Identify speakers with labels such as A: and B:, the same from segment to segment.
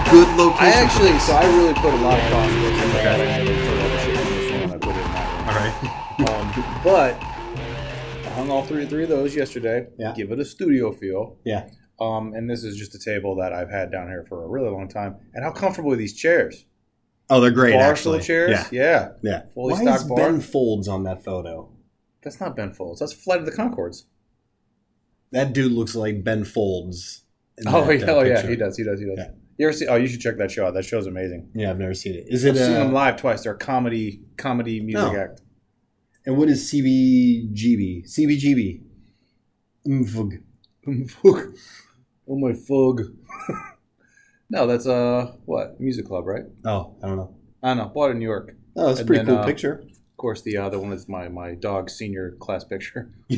A: I
B: Patience.
A: actually, so I really put a lot of thought into this.
B: Okay.
A: And I didn't put all the shit in this one. I put it in
B: All right.
A: that one. Um, but I hung all three, three of those yesterday.
C: Yeah.
A: Give it a studio feel.
C: Yeah.
A: Um, and this is just a table that I've had down here for a really long time. And how comfortable are these chairs?
C: Oh, they're great.
A: Barstool
C: actually.
A: chairs?
C: Yeah.
A: Yeah.
C: Yeah.
A: Fully
C: Why
A: stocked
C: is
A: bar?
C: Ben Folds on that photo?
A: That's not Ben Folds. That's Flight of the Concords.
C: That dude looks like Ben Folds. in
A: Oh,
C: that,
A: yeah,
C: uh,
A: oh yeah.
C: picture.
A: He does. He does. He does.
C: Yeah.
A: You ever see? Oh, you should check that show out. That show's amazing.
C: Yeah, I've never seen it. Is
A: I've
C: it?
A: seen them
C: Uh, Oh.
A: live twice. They're a comedy, comedy music
C: No.
A: act.
C: and what is CBGB? CBGB. Mvug. Mvug.
A: Oh my fug. no, that's uh what music club, right?
C: Oh, I don't know.
A: I don't know. Bought in New York.
C: Oh, that's a
A: And
C: pretty
A: then,
C: cool
A: uh,
C: picture.
A: Of course, the other one is my my dog's senior class picture.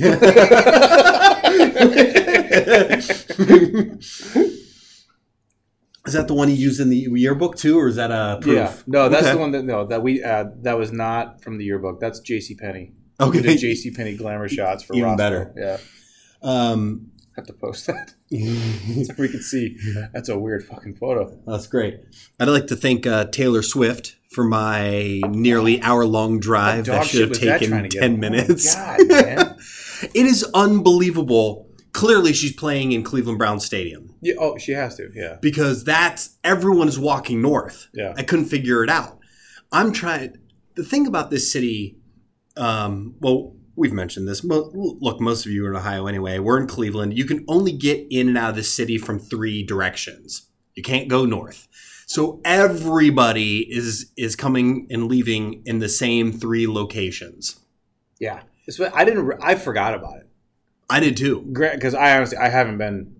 C: Is that the one he used in the yearbook too, or is that a proof?
A: Yeah, no, that's
C: Okay.
A: the one that no that we uh, that was not from the yearbook. That's J.C. Penny. We
C: Okay. E-,
A: did J.C. Penny glamour shots for
C: Even
A: Roscoe.
C: better.
A: Yeah,
C: Um,
A: have to post that so we can see. That's a weird fucking photo.
C: that's great. I'd like to thank uh, Taylor Swift for my nearly hour-long drive that
A: Dog shit
C: should have
A: was that trying
C: taken
A: to get-
C: ten
A: Oh my
C: minutes.
A: God, man.
C: It is unbelievable. Clearly, she's playing in Cleveland Brown Stadium
A: Yeah, oh, she has to. Yeah.
C: because that's everyone's walking north.
A: Yeah.
C: I couldn't figure it out. I'm trying. The thing about this city, um, well, we've mentioned this. Mo- look, most of you are in Ohio anyway. We're in Cleveland. You can only get in and out of the city from three directions. You can't go north. So everybody is is coming and leaving in the same three locations.
A: Yeah. It's what- I didn't. re- I forgot about it.
C: I did too.
A: Because I honestly, I haven't been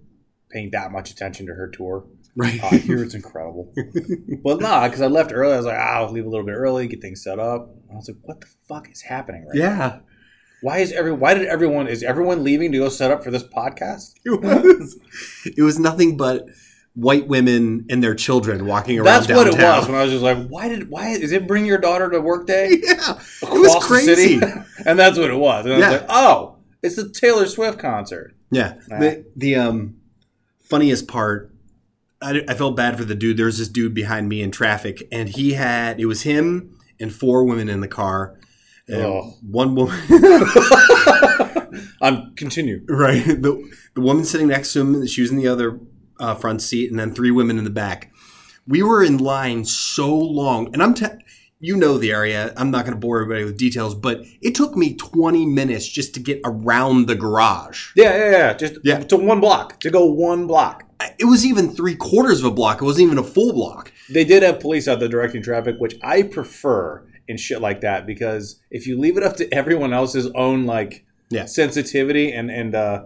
A: paying that much attention to her tour.
C: Right.
A: I hear it's incredible. but nah, because I left early. I was like, ah, I'll leave a little bit early, get things set up. And I was like, what the fuck is happening right now?
C: yeah.
A: Why is every? Why did everyone? Is everyone leaving to go set up for this podcast?
C: It was. it was nothing but white women and their children walking around
A: That's what it
C: downtown.
A: was. When I was just like, why did? Why is it bring your daughter to work day?
C: Yeah. It was
A: across the
C: crazy.
A: city? and that's what it was. And I
C: Yeah.
A: was like, oh, it's the Taylor Swift concert.
C: Yeah.
A: Nah.
C: The, the um, funniest part, I, I felt bad for the dude. There was this dude behind me in traffic, and he had, it was him and four women in the car. And
A: Ugh.
C: one woman,
A: I'm continue.
C: right? The, the woman sitting next to him, she was in the other uh, front seat, and then three women in the back. We were in line so long, and I'm, te- you know, the area. I'm not going to bore everybody with details, but it took me 20 minutes just to get around the garage.
A: Yeah, yeah, yeah. Just
C: Yeah.
A: to one block to go one block.
C: It was even three quarters of a block. It wasn't even a full block.
A: They did have police out there directing traffic, which I prefer in shit like that because if you leave it up to everyone else's own like
C: Yeah.
A: sensitivity and and uh,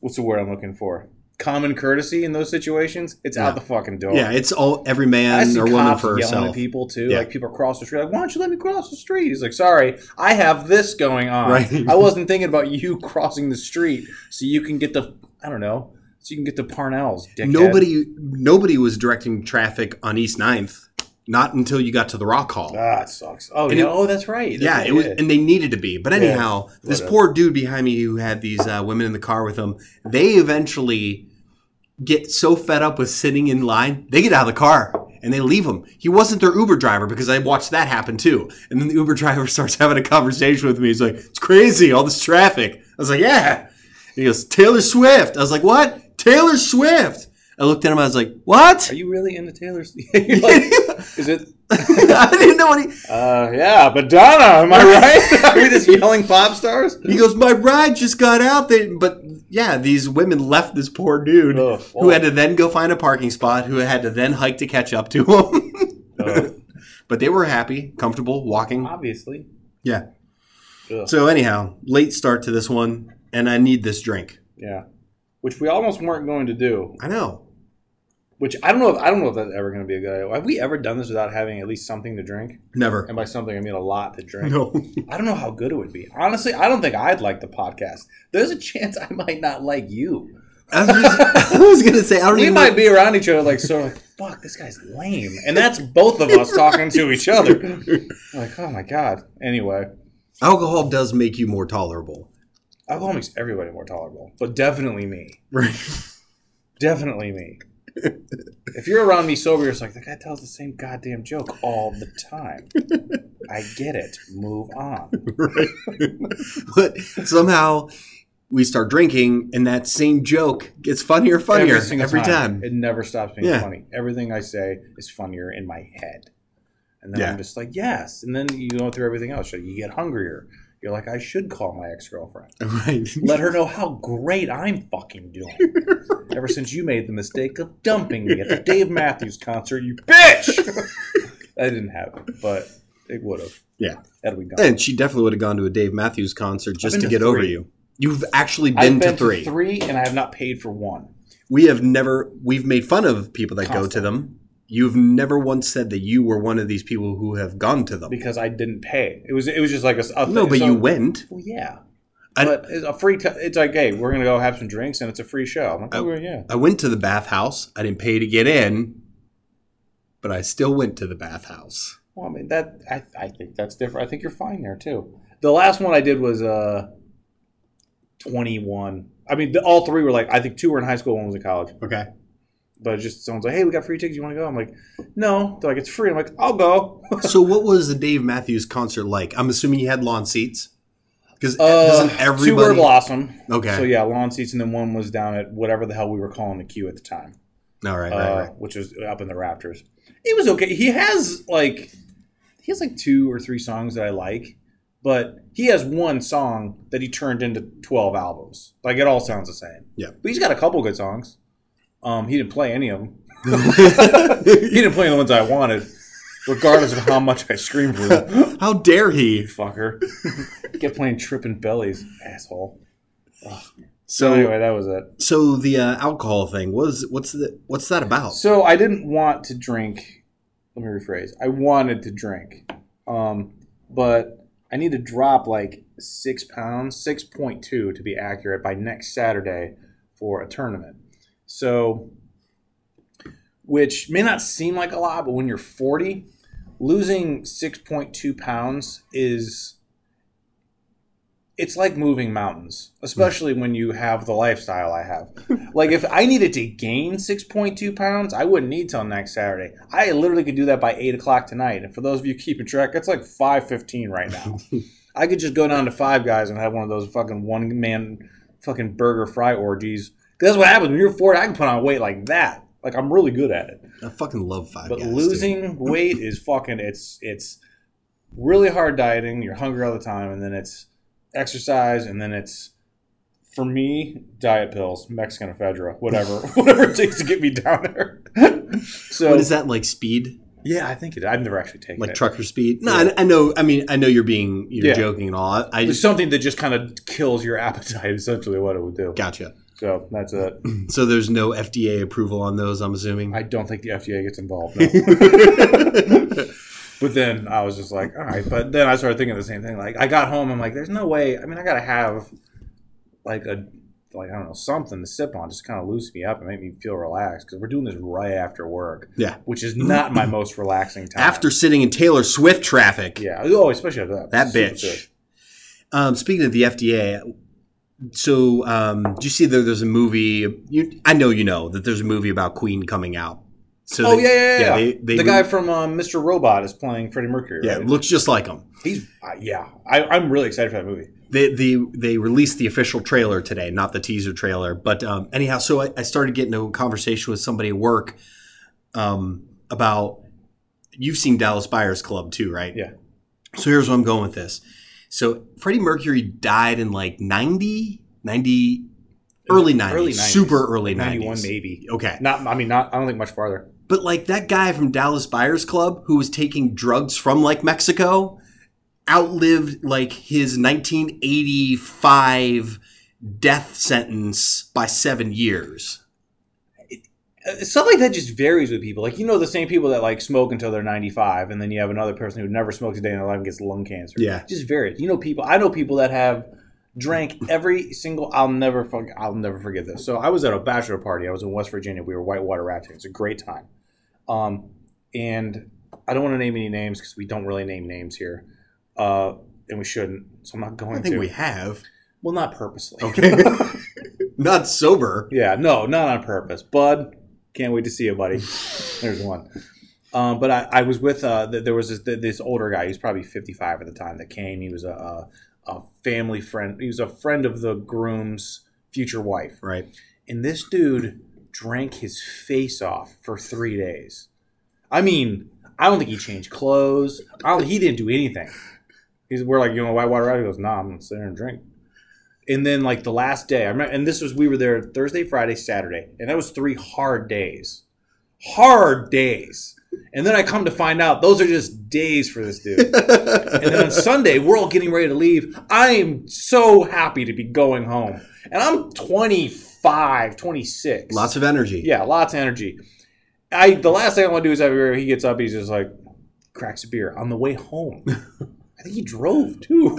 A: what's the word I'm looking for? Common courtesy in those situations, it's out the fucking door.
C: Yeah, it's all every
A: Oh. I
C: man
A: see
C: or
A: cops
C: woman for
A: yelling at
C: herself.
A: people too.
C: Yeah.
A: Like people cross the street, like, "Why don't you let me cross the street?" He's like, "Sorry, I have this going on.
C: Right.
A: I wasn't thinking about you crossing the street so you can get the I don't know, so you can get the Parnells." Dickhead.
C: Nobody, nobody was directing traffic on East 9th, Not until you got to the Rock Hall.
A: Ah, it sucks. Oh,
C: And
A: yeah.
C: it-
A: oh, that's right. That's
C: yeah,
A: right,
C: it was, and they needed to be. But anyhow, this
A: whatever.
C: poor dude behind me who had these uh, women in the car with him, they eventually get so fed up with sitting in line, they get out of the car and they leave him. He wasn't their Uber driver because I watched that happen too. And then the Uber driver starts having a conversation with me. He's like, "It's crazy, all this traffic." I was like, "Yeah." And he goes, "Taylor Swift." I was like, "What? Taylor Swift?" I looked at him. I was like, "What?"
A: Are you really into Taylor? You're like, is it?
C: I didn't know any.
A: Uh, yeah, Madonna. Am I right? Are we just yelling pop stars?
C: He goes, my ride just got out. They, but yeah, these women left this poor dude
A: Oh,
C: who had to then go find a parking spot, who had to then hike to catch up to him.
A: Oh,
C: but they were happy, comfortable, walking.
A: obviously.
C: Yeah.
A: Ugh.
C: So anyhow, late start to this one, and I need this drink.
A: Yeah, which we almost weren't going to do.
C: I know.
A: Which I don't know. If, I don't know if that's ever going to be a good idea. Have we ever done this without having at least something to drink?
C: Never.
A: And by something, I mean a lot to drink.
C: No.
A: I don't know how good it would be. Honestly, I don't think I'd like the podcast. There's a chance I might not like you.
C: I was, just- I was gonna say I don't
A: We
C: even.
A: might be around each other like so. Like, Fuck, this guy's lame, and that's both of us talking to each other. Like, oh my god. Anyway,
C: Alcohol does make you more tolerable.
A: alcohol makes everybody more tolerable, but definitely me.
C: Right.
A: Definitely me. If you're around me sober, you're just like, the guy tells the same goddamn joke all the time. I get it. Move on.
C: Right. but somehow we start drinking, and that same joke gets funnier and funnier every,
A: single
C: time.
A: It never stops being
C: Yeah.
A: funny. Everything I say is funnier in my head. And then
C: Yeah.
A: I'm just like, yes. And then you go through everything else. So you get hungrier. You're like, I should call my ex girlfriend.
C: Right.
A: Let her know how great I'm fucking doing. Ever since you made the mistake of dumping me at the Dave Matthews concert, you bitch! I didn't happen, but it would have.
C: Yeah.
A: That'd be gone.
C: And she definitely would have gone to a Dave Matthews concert just
A: been
C: to
A: to
C: get over
A: three.
C: you. You've actually been, to,
A: I've
C: three.
A: three, and I have not paid for one.
C: We have never, we've made fun of people that go to
A: Constantly.
C: them. You've never once said that you were one of these people who have gone to them.
A: because I didn't pay. It was it was just like a, s- a
C: No,
A: thing.
C: but
A: So-
C: you went.
A: Well, yeah,
C: I-
A: but it's a free. T- it's like hey, we're gonna go have some drinks and it's a free show. I'm like, oh, yeah,
C: I went to the bathhouse. I didn't pay to get in, but I still went to the bathhouse.
A: well, I mean that. I I think that's different. I think you're fine there too. The last one I did was uh, 21. I mean, the, all three were like I think two were in high school, one was in college.
C: Okay.
A: But it's just someone's like, hey, we got free tickets. You want to go? I'm like, no. They're like, it's free. I'm like, I'll go.
C: so, what was the Dave Matthews concert like? I'm assuming you had lawn seats. Because
A: Uh,
C: doesn't
A: two were
C: everybody.
A: Blossom.
C: okay.
A: So yeah, lawn seats, and then one was down at whatever the hell we were calling the queue at the time.
C: All right,
A: uh,
C: right, right.
A: which was up in the Raptors. It was okay. He has like he has like two or three songs that I like, but he has one song that he turned into twelve albums. Like it all sounds the same.
C: Yeah.
A: but he's got a couple good songs. Um, he didn't play any of them. he didn't play the ones I wanted, regardless of how much I screamed for them.
C: How dare he?
A: Fucker, get playing tripping bellies, asshole.
C: So,
A: anyway, that was it.
C: So the uh, alcohol thing was what's the what's that about?
A: So I didn't want to drink. Let me rephrase. I wanted to drink, um, but I need to drop like six pounds, six point two to be accurate, by next Saturday for a tournament. So, which may not seem like a lot, but when you're forty, losing six point two pounds is it's like moving mountains, especially when you have the lifestyle I have. Like if I needed to gain six point two pounds, I wouldn't need till next Saturday. I literally could do that by eight o'clock tonight. And for those of you keeping track, that's like five fifteen right now. I could just go down to five guys and have one of those fucking one man fucking burger fry orgies. 'Cause That's what happens when you're forty. I can put on weight like that. Like I'm really good at it.
C: I fucking love Five
A: But
C: Guys. dude.
A: losing weight is fucking it's it's really hard dieting. You're hungry all the time, and then it's exercise, and then it's for me diet pills, Mexican ephedra, whatever, whatever it takes to get me down there. so
C: what is that like speed?
A: yeah, I think it. I've never actually taken
C: Like
A: it.
C: trucker speed? No, I, I know. I mean, I know you're being you're
A: Yeah.
C: joking and all. I, I
A: It's
C: just
A: something that just kind of kills your appetite. Essentially, what it would do.
C: gotcha.
A: So that's it.
C: So there's no FDA approval on those. I'm assuming.
A: I don't think the FDA gets involved. No. But then I was just like, all right. But then I started thinking the same thing. Like I got home, I'm like, there's no way. I mean, I gotta have like a like I don't know something to sip on, just kind of loosen me up and make me feel relaxed because we're doing this right after work.
C: Yeah.
A: which is not my most relaxing time.
C: After sitting in Taylor Swift traffic,
A: yeah, oh, especially after that
C: that
A: Super
C: bitch.
A: sick.
C: Um, speaking of the FDA, so um, do you see there, there's a movie? You, I know you know that there's a movie about Queen coming out. So
A: Oh
C: they-
A: yeah, yeah, yeah. yeah.
C: they- they
A: the
C: re-
A: guy from um, Mr. Robot is playing Freddie Mercury.
C: yeah,
A: right?
C: looks just like him.
A: he's uh, yeah. I, I'm really excited for that movie.
C: they, they they released the official trailer today, not the teaser trailer. But um, anyhow, so I, I started getting into a conversation with somebody at work um, about you've seen Dallas Buyers Club too, right?
A: Yeah.
C: So here's where I'm going with this. So Freddie Mercury died in like 90, 90 early 90s,
A: Early 90s.
C: super early 90s.
A: 91 maybe.
C: Okay.
A: Not I mean not I don't think much farther.
C: But like that guy from Dallas Buyers Club who was taking drugs from like Mexico outlived like his 1985 death sentence by 7 years.
A: Uh, stuff like that just varies with people. Like you know the same people that like smoke until they're 95 and then you have another person who never smokes a day in their life and gets lung cancer.
C: Yeah.
A: It just varies. You know people I know people that have drank every single I'll never fuck, I'll never forget this. So I was at a bachelor party. I was in West Virginia. We were whitewater rafting. It's a great time. Um and I don't want to name any names cuz we don't really name names here. Uh and we shouldn't. So I'm not going
C: I think
A: to.
C: we have
A: well, not purposely.
C: Okay. not sober.
A: Yeah, no, not on purpose. Bud, Can't wait to see you, buddy. There's one. Um, but I, I was with uh, th- there was this, th- this older guy. He was probably 55 at the time that came. He was a, a a family friend. He was a friend of the groom's future wife.
C: Right.
A: And this dude drank his face off for three days. I mean, I don't think he changed clothes. I don't, he didn't do anything. He's we're like, you know, white water out. He goes, nah, I'm gonna sit there and drink. And then like the last day, I remember, and this was we were there Thursday, Friday, Saturday, and that was three hard days, hard days. And then I come to find out those are just days for this dude. And then on Sunday, we're all getting ready to leave. I am so happy to be going home. And I'm 25, 26.
C: Lots of energy.
A: Yeah, lots of energy. I the last thing I want to do is everywhere he gets up, he's just like cracks a beer on the way home. I think he drove too.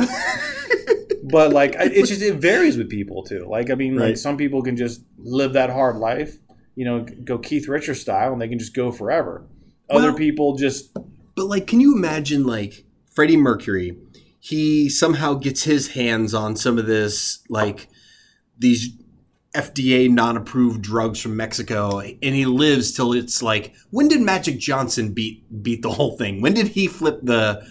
A: but like I- it just it varies with people too. Like I mean, like
C: Right.
A: some people can just live that hard life, you know, go Keith Richards style, and they can just go forever. Other
C: Well-
A: people just
C: But like, can you imagine like Freddie Mercury? He somehow gets his hands on some of this like these FDA non-approved drugs from Mexico, and he lives till it's like when did Magic Johnson beat beat the whole thing? When did he flip the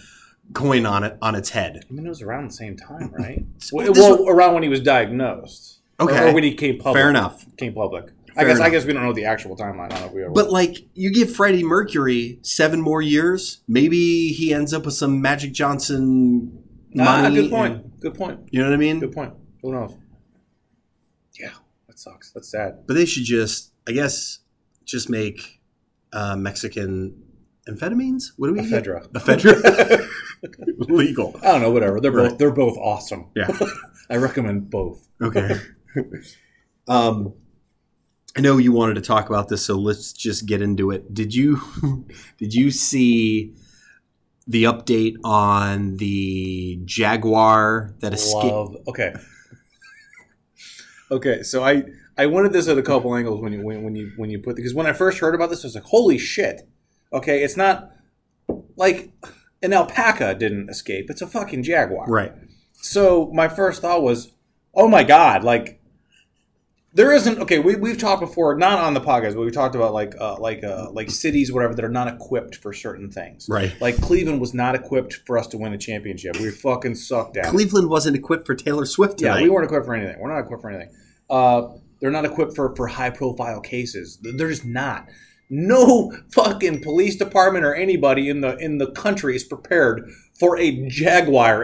C: coin on it on its head?
A: I mean, it was around the same time, right?
C: This-
A: well, well, around when he was diagnosed. Or-
C: Okay.
A: Or when he came public.
C: Fair enough.
A: Came public. I
C: Fair
A: guess I
C: enough.
A: guess we don't know the actual timeline. I don't know if we ever
C: But like you give Freddie Mercury seven more years, maybe he ends up with some Magic Johnson money.
A: ah, good point.
C: and-
A: good point.
C: you know what I mean?
A: Good point. Who knows? Yeah, that sucks. That's sad.
C: But they should just, I guess, just make uh, Mexican amphetamines. What do we get?
A: Ephedra.
C: Ephedra. Legal.
A: I don't know. Whatever. They're
C: Right.
A: both they're both awesome.
C: Yeah.
A: I recommend both.
C: Okay. Um, I know you wanted to talk about this, so let's just get into it. Did you did you see the update on the Jaguar that escaped?
A: Love. Okay. okay. So I I wanted this at a couple angles when you when, when you when you put because when I first heard about this, I was like, holy shit. Okay, it's not like an alpaca didn't escape. It's a fucking jaguar.
C: Right.
A: So my first thought was, oh my god, like there isn't okay. We we've talked before, not on the podcast, but we talked about like uh, like uh, like cities, whatever, that are not equipped for certain things.
C: Right.
A: Like Cleveland was not equipped for us to win a championship. We fucking sucked at. it.
C: Cleveland wasn't equipped for Taylor Swift
A: Yeah,
C: tonight.
A: we weren't equipped for anything. We're not equipped for anything. Uh, they're not equipped for, for high profile cases. They're just not. No fucking police department or anybody in the in the country is prepared for a jaguar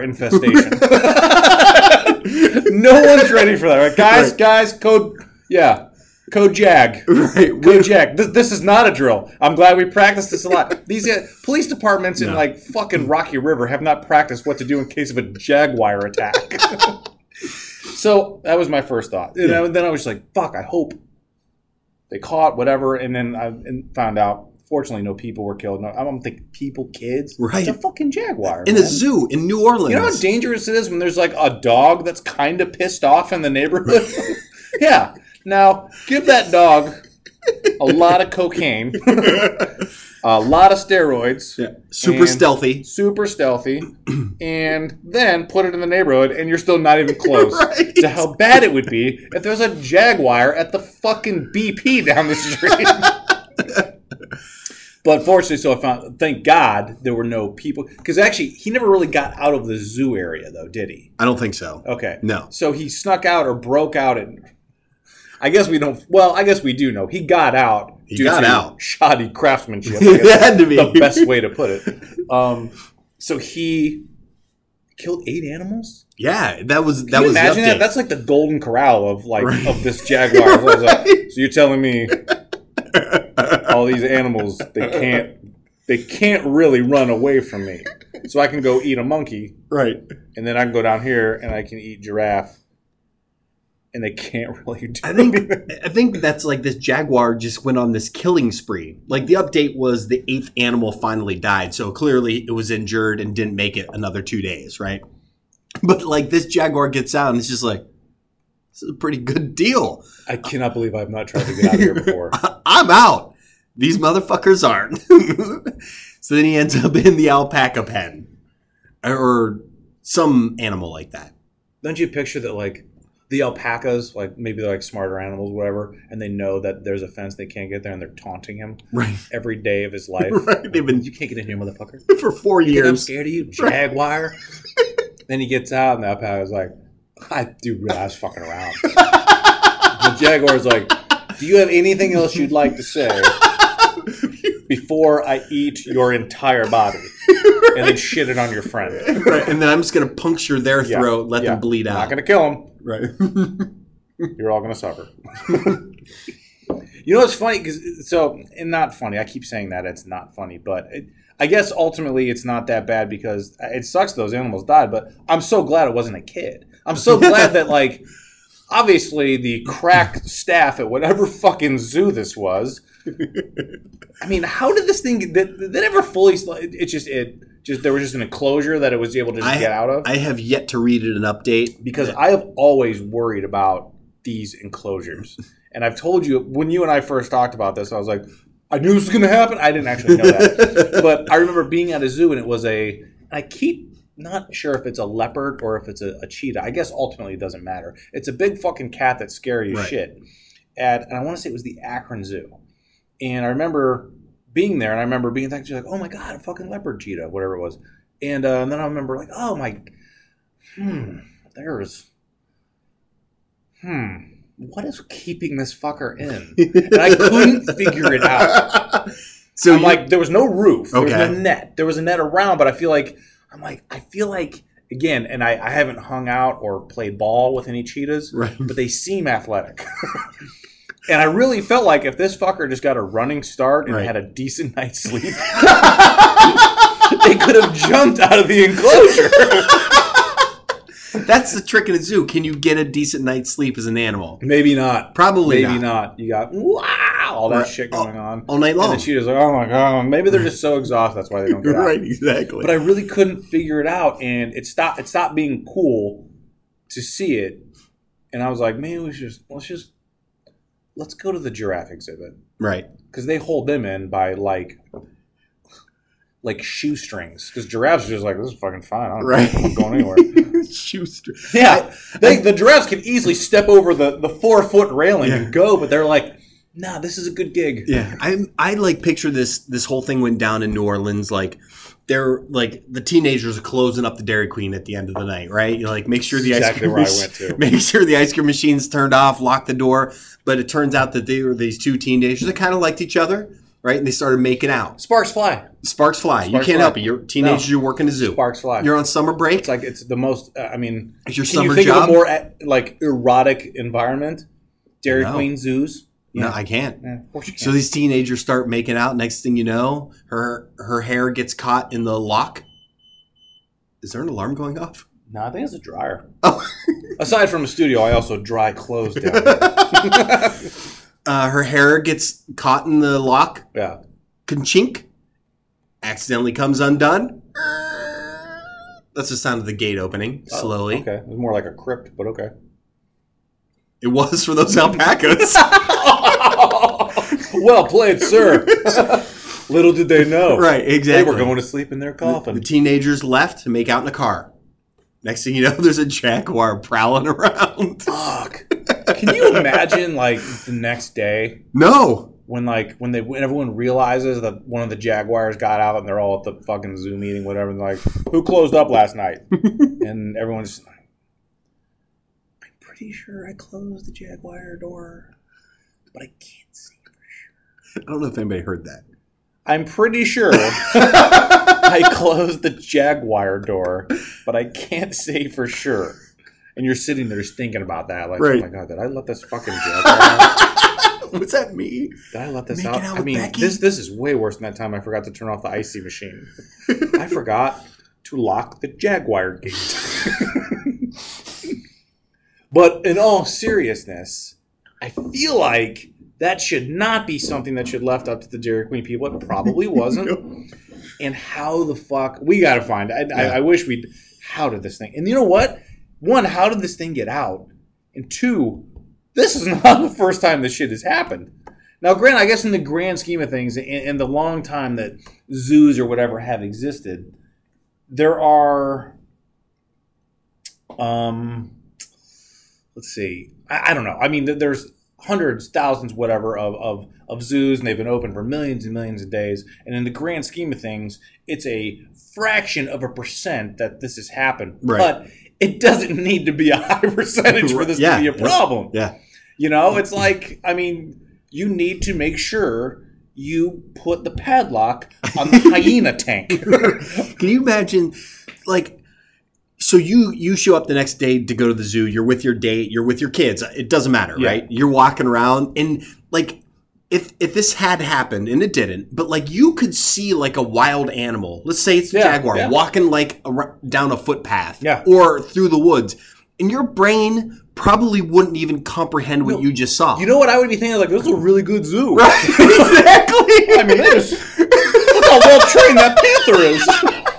A: infestation. no one's ready for that. Right? Guys,
C: Right.
A: guys, code yeah. Code Jag.
C: right. We-
A: Code Jag. This, this is not a drill. I'm glad we practiced this a lot. These uh, police departments in
C: No.
A: like fucking Rocky River have not practiced what to do in case of a jaguar attack. so that was my first thought. And
C: Yeah.
A: I- then I was just like, fuck, I hope they caught whatever. And then I and found out, fortunately, no people were killed. No, I don't think people, kids.
C: Right.
A: It's a fucking jaguar.
C: in a
A: man.
C: zoo in New Orleans.
A: You know how dangerous it is when there's like a dog that's kind of pissed off in the neighborhood? yeah. Now, give that dog a lot of cocaine, a lot of steroids,
C: Yeah. Super
A: And-
C: stealthy.
A: super stealthy, and then put it in the neighborhood, and you're still not even close
C: Right.
A: to how bad it would be if there's a Jaguar at the fucking BP down the street. But fortunately, so I found. Thank God there were no people. Because actually, he never really got out of the zoo area, though, did he?
C: I don't think so.
A: Okay.
C: No.
A: So he snuck out or broke out, and I guess we don't. Well, I guess we do know he got out.
C: He got out.
A: Shoddy craftsmanship. I guess
C: it had to be
A: the best way to put it. Um, so he killed eight animals.
C: Yeah, that was
A: Can
C: that
A: you
C: was the
A: imagine
C: update.
A: that? That's like the golden corral of like
C: Right.
A: of this jaguar. So it's like,
C: Right.
A: so you're telling me all these animals they can't they can't really run away from me. So I can go eat a monkey
C: right.
A: and then I can go down here and I can eat giraffe, and they can't really do.
C: I think I think that's like this jaguar just went on this killing spree. Like the update was the eighth animal finally died, so clearly it was injured and didn't make it another two days, right? But like this jaguar gets out and it's just like this is a pretty good deal.
A: I cannot believe I've not tried to get out of here before.
C: I'm out. These motherfuckers aren't. so then he ends up in the alpaca pen or some animal like that.
A: Don't you picture that like the alpacas, like maybe they're like smarter animals, whatever, and they know that there's a fence they can't get there, and they're taunting him
C: Right.
A: every day of his life.
C: Right, they've been-
A: you can't get in here, motherfucker.
C: For four
A: You think I'm
C: years.
A: scared of you, jaguar. then he gets out, and the alpaca's like, "I do realize I was fucking around." the jaguar's like, "Do you have anything else you'd like to say before I eat your entire body and then shit it on your friend?"
C: Right. And then I'm just going to puncture their
A: Yeah,
C: throat, let
A: yeah.
C: them bleed
A: Not
C: out.
A: gonna kill him.
C: Right.
A: you're all gonna suffer. you know what's funny? Because so and not funny. I keep saying that it's not funny, but it, I guess ultimately it's not that bad because it sucks those animals died. But I'm so glad it wasn't a kid. I'm so glad that like obviously the crack staff at whatever fucking zoo this was. I mean, how did this thing? Did, did it ever fully? sl- It it just it just there was just an enclosure that it was able to just
C: I-
A: get out of
C: I have yet to read it an update.
A: because I have always worried about these enclosures. And I've told you when you and I first talked about this, I was like, I knew this was going to happen. I didn't actually know that, but I remember being at a zoo and it was a. I keep not sure if it's a leopard or if it's a, a cheetah. I guess ultimately it doesn't matter. It's a big fucking cat that's scary as
C: Right.
A: shit. At and I want to say it was the Akron Zoo, and I remember being there and I remember being like, oh my god, a fucking leopard cheetah, whatever it was. And, uh, and then I remember like, oh my, hmm, there's, hmm, what is keeping this fucker in? And I couldn't figure it out.
C: so
A: I'm
C: you-
A: like, there was no roof, there was
C: Okay.
A: no net, there was a net around, but I feel like I'm like, I feel like again, and I, I haven't hung out or played ball with any cheetahs,
C: right.
A: but they seem athletic. and I really felt like if this fucker just got a running start and
C: Right.
A: had a decent night's sleep, they could have jumped out of the enclosure.
C: That's the trick in a zoo. Can you get a decent night's sleep as an animal?
A: Maybe not.
C: Probably
A: Maybe not.
C: not.
A: You got wow, all that
C: Right. Oh.
A: shit going on.
C: All night
A: and
C: long.
A: the cheetah's like, oh my god, maybe they're just so exhausted that's why they don't get out.
C: right, exactly.
A: But I really couldn't figure it out, and it stopped. It stopped being cool to see it, and I was like, man, we should just let's just let's go to the giraffe exhibit.
C: right.
A: because they hold them in by like like shoestrings because giraffes are just like this is fucking fine I don't
C: Right.
A: I'm not going anywhere
C: Schuster.
A: yeah they, the giraffes can easily step over the the four foot railing and go but they're like nah this is a good gig
C: Yeah, I I like picture this this whole thing went down in New Orleans like they're like the teenagers are closing up the Dairy Queen at the end of the night, right? You like make sure the ice
A: Exactly
C: cream
A: where I
C: mach-
A: went to.
C: make sure the ice cream machine's turned off, lock the door. But it turns out that they were these two teenagers that kind of liked each other, right? And they started making out.
A: sparks fly
C: Sparks fly. you
A: Sparks
C: can't
A: fly.
C: help it. You're teenagers. You're working a zoo.
A: sparks fly
C: You're on summer break.
A: it's like it's the most uh, I mean
C: it's your
A: can you
C: summer
A: think
C: job.
A: of a more eh, like erotic environment Dairy
C: No.
A: Queen zoos
C: no, I can't.
A: yeah, of course you can.
C: So these teenagers start making out. Next thing you know, her her hair gets caught in the lock. Is there an alarm going off?
A: no I think it's a dryer
C: Oh.
A: aside from a studio I also dry clothes down here.
C: Uh, her hair gets caught in the lock,
A: yeah
C: conchink, accidentally comes undone. That's the sound of the gate opening slowly.
A: Oh, Okay, it was more like a crypt, but okay.
C: It was for those alpacas,
A: Oh, well played, sir. Little did they know.
C: right?
A: They
C: Exactly.
A: were going to sleep in their
C: the
A: coffin.
C: teenagers left to make out in a car. Next thing you know, there's a jaguar prowling around.
A: Fuck. Can you imagine, like, the next day
C: No,
A: when, like, when they when everyone realizes that one of the Jaguars got out and they're all at the fucking Zoom meeting, whatever, and they're like, who closed up last night? and everyone's just like, I'm pretty sure I closed the Jaguar door, but I can't see.
C: I don't know if anybody heard that.
A: I'm pretty sure I closed the Jaguar door, but I can't say for sure. And you're sitting there just thinking about that, like, oh
C: Right.
A: my god, did I let this fucking Jaguar? out?
C: Was that me?
A: Did I let this
C: Making
A: out?
C: out
A: I
C: with
A: mean,
C: Becky?
A: this this is way worse than that time I forgot to turn off the icy machine. I forgot to lock the Jaguar gate. but in all seriousness, I feel like that should not be something that should left up to the Dairy Queen people. It probably wasn't. And how the fuck we gotta find? I, I,
C: Yeah.
A: I wish we. would How did this thing? And you know what? One, how did this thing get out? And two, this is not the first time this shit has happened. Now, granted, I guess in the grand scheme of things, in, in the long time that zoos or whatever have existed, there are, um, let's see, I, I don't know. I mean, th- there's hundreds, thousands, whatever of, of of zoos, and they've been open for millions and millions of days. And in the grand scheme of things, it's a fraction of a percent that this has happened.
C: Right.
A: But it doesn't need to be a high percentage for this
C: Yeah,
A: to be a
C: yeah.
A: problem.
C: Yeah.
A: You know, it's like I mean, you need to make sure you put the padlock on the hyena tank.
C: Can you imagine, like, so you you show up the next day to go to the zoo. You're with your date. You're with your kids. It doesn't matter,
A: Yeah.
C: right? You're walking around, and like, if if this had happened and it didn't, but like you could see like a wild animal. Let's say it's a
A: Yeah,
C: jaguar
A: yeah.
C: walking like ar- down a footpath,
A: Yeah.
C: or through the woods, and your brain probably wouldn't even comprehend what you just saw.
A: You know what I would be thinking? Like, this is a really good zoo.
C: exactly.
A: I mean, this is, look how well trained that panther is.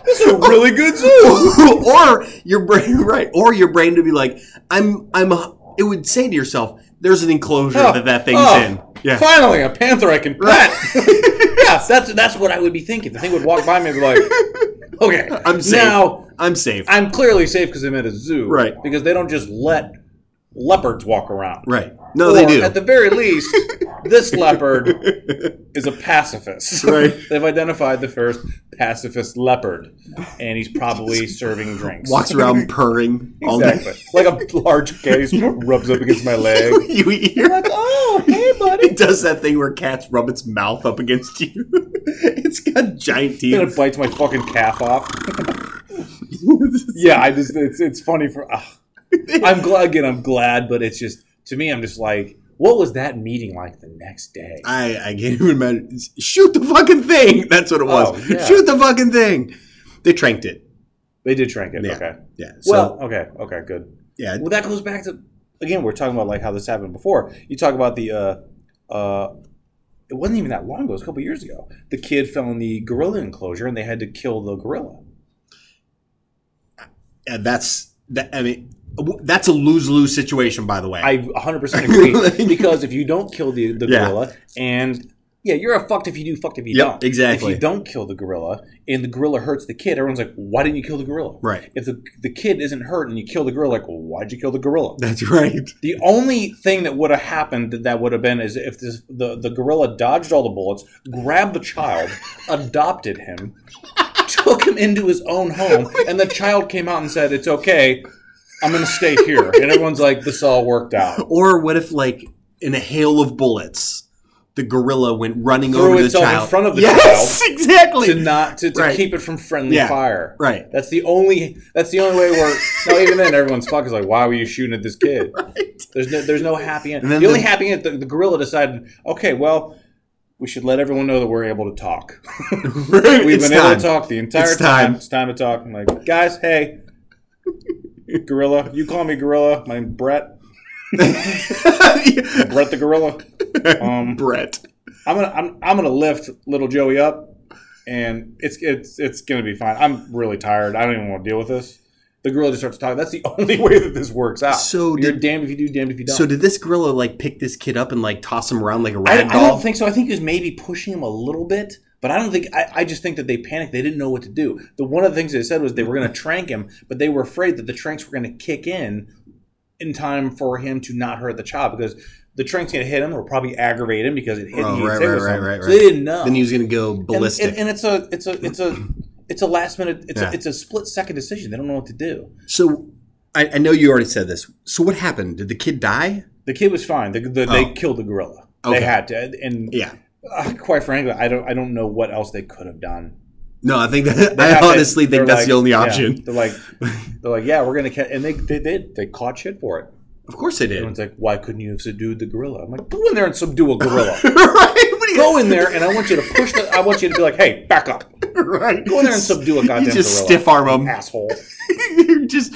A: This is a really good zoo.
C: or your brain right or your brain to be like i'm i'm it would say to yourself there's an enclosure that that thing's
A: Oh,
C: in yeah
A: Finally, a panther I can pet. yeah, that's that's what I would be thinking. The thing would walk by me and be like, "Okay,
C: i'm safe
A: now
C: i'm safe
A: I'm clearly safe because I'm at a zoo,
C: Right.
A: Because they don't just let leopards walk around,
C: right no they
A: Or,
C: do
A: At the very least, this leopard is a pacifist.
C: Right.
A: They've identified the first pacifist leopard, and he's probably serving drinks.
C: walks around purring all
A: Exactly. like a large case rubs up against my leg.
C: night you hear
A: Like, oh, hey, buddy.
C: it does that thing where cats rub its mouth up against you it's got giant
A: And
C: teeth
A: it bites my fucking calf off. yeah, I just it's it's funny for. ugh. I'm glad again. I'm glad, but it's just to me. I'm just like, what was that meeting like the next day?
C: I, I can't even imagine. Shoot the fucking thing. That's what it was.
A: Oh, yeah.
C: Shoot the fucking thing. They tranked it.
A: They did drink it.
C: Yeah.
A: Okay.
C: Yeah. So,
A: Well, okay, okay, good.
C: yeah.
A: Well, that goes back to again. We're talking about like how this happened before. You talk about the uh, uh, it wasn't even that long ago. It was a couple years ago. The kid fell in the gorilla enclosure, and they had to kill the gorilla.
C: Yeah, that's that. I mean, w- that's a lose lose situation. By the way,
A: I 100 percent agree because if you don't kill the, the
C: Yeah.
A: gorilla, and yeah, you're a fucked if you do, fucked if you
C: Yep,
A: don't.
C: exactly.
A: If you don't kill the gorilla, and the gorilla hurts the kid, everyone's like, "Why didn't you kill the gorilla?"
C: right.
A: If the, the kid isn't hurt and you kill the gorilla, like, well, why'd you kill the gorilla?
C: That's right.
A: The only thing that would have happened that, that would have been is if this, the, the gorilla dodged all the bullets, grabbed the child, adopted him, took him into his own home, and the child came out and said, It's okay, I'm going to stay here. And everyone's like, This all worked out.
C: Or what if, like, in a hail of bullets, the gorilla went running
A: Threw
C: over the
A: itself in
C: child
A: front of the
C: yes, exactly.
A: To not to, to
C: Right.
A: keep it from friendly
C: Yeah.
A: fire.
C: right.
A: That's the only that's the only way where now even then everyone's fucked is like, why were you shooting at this kid? There's no there's no happy end.
C: And
A: The,
C: then
A: only
C: the-
A: happy end the, the gorilla decided, okay, well, we should let everyone know that we're able to talk. We've
C: It's
A: been able
C: time.
A: to talk the entire
C: It's
A: time.
C: time.
A: It's time to talk. I'm like, guys, hey. Gorilla. You call me Gorilla. My name's Brett.
C: Yeah.
A: Brett the Gorilla. Um
C: Brett.
A: I'm gonna I'm, I'm gonna lift little Joey up, and it's it's it's gonna be fine. I'm really tired. I don't even want to deal with this. The gorilla just starts talking. That's the only way that this works out.
C: So
A: Ah, you're
C: did-
A: damned if you do, damned if you don't.
C: So did this gorilla like pick this kid up and like toss him around like a
A: I, I
C: rag
A: don't
C: doll?
A: think so. I think he was maybe pushing him a little bit, but I don't think. I, I just think that they panicked. They didn't know what to do. The one of the things they said was they were gonna trank him, but they were afraid that the tranks were gonna kick in in time for him to not hurt the child because. The trank's gonna hit him, or probably aggravate him because it hit
C: Oh,
A: he hits
C: right,
A: it or
C: right, right,
A: something.
C: right,
A: So they
C: right.
A: didn't know.
C: Then he was gonna go
A: And-
C: ballistic.
A: And, and, it's a it's a it's a it's a last minute it's
C: Yeah.
A: a, it's a split second decision. They don't know what to do.
C: so I, I know you already said this. So what happened? Did the kid die?
A: The kid was fine. The, the,
C: Oh.
A: They killed the gorilla.
C: Okay.
A: They had to. And
C: Yeah.
A: uh, quite frankly, I don't I don't know what else they could have done.
C: No, I think that,
A: They
C: I
A: have to-
C: honestly
A: they're
C: think that's
A: like-
C: the only
A: yeah,
C: option.
A: they're like they're like yeah we're gonna catch and they they did they caught shit for it.
C: Of course they did.
A: Everyone's like why couldn't you have subdued the gorilla? I'm like go in there and subdue a gorilla.
C: right? What do you-
A: go in there and I want you to push the I want you to be like hey back up
C: right.
A: go in there and subdue a goddamn
C: You just
A: gorilla.
C: stiff arm them.
A: asshole.
C: you just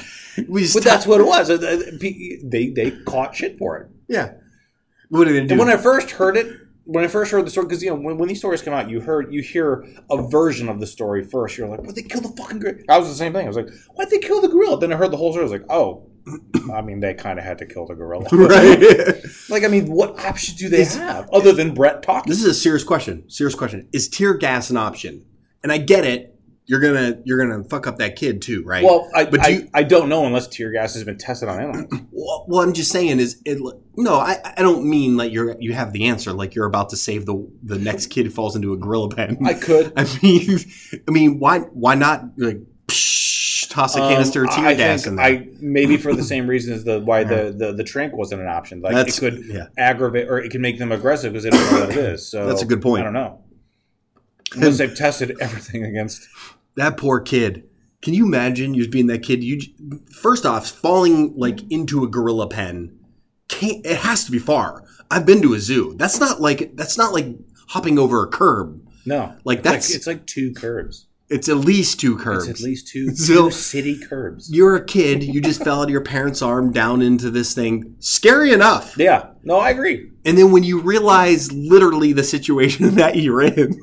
C: we just
A: But that's what it was. Uh, uh, pe- They they caught shit for it.
C: yeah. What did they do?
A: And when I first heard it, when I first heard the story, because you know when, when these stories come out, you heard you hear a version of the story first. You're like, "What they kill the fucking gorilla?" I was the same thing. I was like, "Why'd they kill the gorilla?" Then I heard the whole story. I was like, "Oh, I mean, they kind of had to kill the gorilla."
C: right.
A: Like, I mean, what option do they have other than Brett talking?
C: this is a serious question. Serious question. Is tear gas an option? And I get it. you're gonna you're gonna fuck up that kid too, right?
A: Well, I,
C: But do
A: I,
C: you-
A: I don't know unless tear gas has been tested on animals.
C: Well, well, I'm just saying is it no, I, I don't mean like you're you have the answer like you're about to save the the next kid who falls into a gorilla pen.
A: I
C: I,
A: could.
C: mean, I mean why why not like psh, toss a
A: Um,
C: canister of tear
A: I
C: gas
A: think
C: in there?
A: I maybe for the same reason as the why the, the the trank wasn't an option. Like
C: that's
A: it could
C: yeah.
A: aggravate or it can make them aggressive because they don't know what it is. So
C: That's a good point.
A: I don't know. Unless they've tested everything against.
C: That poor kid. Can you imagine you being that kid? You j- first off falling like into a gorilla pen. Can't, it has to be far. I've been to a zoo. That's not like that's not like hopping over a curb.
A: No,
C: Like that's it's,
A: like, it's like two curbs.
C: at least two curbs.
A: It's at least two,
C: So-
A: two city curbs.
C: You're a kid. You just fell out of your parents' arm down into this thing. Scary enough.
A: Yeah, no, I agree.
C: And then when you realize literally the situation that you're in,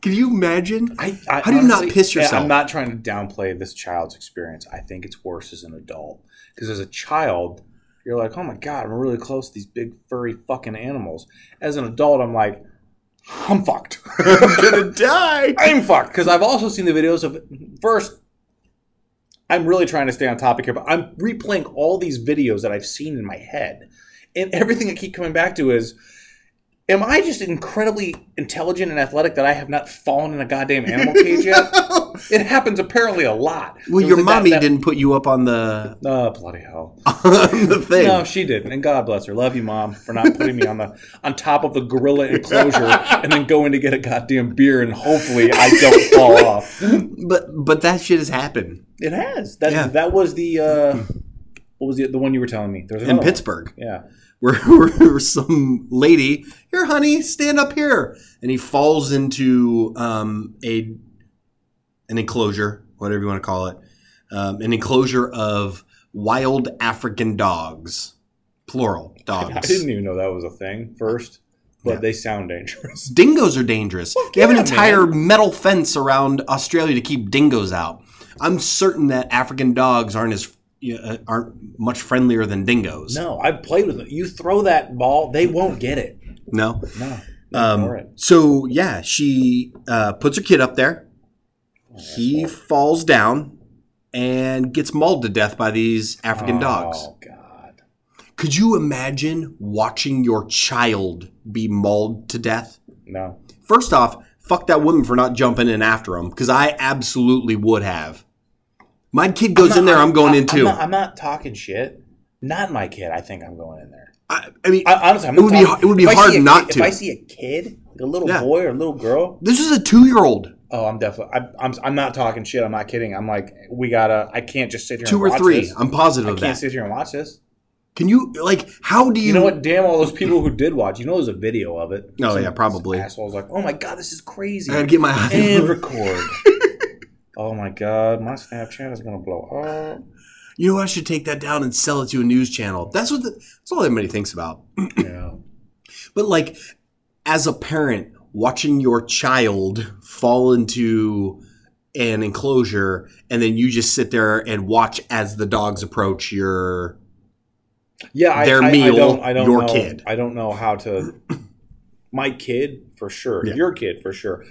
C: can you imagine?
A: I, I
C: How do you not piss
A: yeah,
C: yourself?
A: I'm not trying to downplay this child's experience. I think it's worse as an adult because as a child, you're like, oh my god, I'm really close to these big furry fucking animals. As an adult, I'm like, I'm fucked.
C: I'm gonna die.
A: I'm fucked because I've also seen the videos of first. I'm really trying to stay on topic here, but I'm replaying all these videos that I've seen in my head, and everything I keep coming back to is, am I just incredibly intelligent and athletic that I have not fallen in a goddamn animal cage yet? It happens apparently a lot.
C: Well,
A: It was
C: your
A: like that-
C: mommy
A: that-
C: didn't put you up on the
A: Oh, bloody hell!
C: on the thing.
A: No, she didn't, and God bless her. Love you, mom, for not putting me on the on top of the gorilla enclosure and then going to get a goddamn beer and hopefully I don't fall off.
C: But but that shit has happened
A: It has. That
C: Yeah. Mm-hmm.
A: that was the uh, what was the the one you were telling me? There was
C: in
A: another
C: Pittsburgh,
A: One. Yeah.
C: where, where some lady, here, honey, stand up here, and he falls into um, a an enclosure, whatever you want to call it, um, an enclosure of wild African dogs, plural
A: I
C: dogs.
A: didn't even know that was a thing first, but they sound dangerous.
C: Dingoes are dangerous. they have an
A: yeah,
C: entire metal fence around Australia to keep dingoes out. I'm certain that African dogs aren't as you know, uh, aren't much friendlier than dingoes.
A: No, I've played with them. You throw that ball, they won't get it.
C: No?
A: No. they
C: Um,
A: ignore it.
C: so yeah, she uh, puts her kid up there.
A: Oh,
C: He falls down and gets mauled to death by these African dogs.
A: Oh God.
C: Could you imagine watching your child be mauled to death?
A: No.
C: First off, fuck that woman for not jumping in after him because I absolutely would have. My kid goes in there, I'm going
A: I-
C: in too.
A: not, I'm not talking shit. Not my kid. I think I'm going in there.
C: I, I mean,
A: I, honestly, I'm
C: It
A: not
C: would be-
A: talking-
C: it would be
A: if I see
C: hard
A: a
C: not
A: kid-
C: to.
A: If I see a kid, like a little
C: Yeah.
A: boy or a little girl,
C: this is a two year old,
A: oh, I'm definitely. I'm, I'm. I'm not talking shit. I'm not kidding. I'm like, we gotta. I can't just sit here.
C: two
A: and
C: or
A: watch
C: three.
A: this.
C: I'm positive
A: I
C: of
A: can't
C: that.
A: sit here and watch this.
C: Can you, like, how do you.
A: You know what? Damn all those people who did watch. You know, there's a video of it.
C: Oh, yeah, probably.
A: Assholes like, oh my god, this is crazy.
C: I gotta get my
A: and record. oh my god, my Snapchat is gonna blow
C: You know what? I should take that down and sell it to a news channel. That's what the, that's all everybody thinks about.
A: up. yeah.
C: But like, as a parent, watching your child fall into an enclosure and then you just sit there and watch as the dogs approach your
A: Yeah, I,
C: Their
A: I, I
C: meal,
A: don't, I don't
C: your
A: know,
C: kid.
A: I don't know how to. My kid for sure.
C: Yeah.
A: Your kid for sure.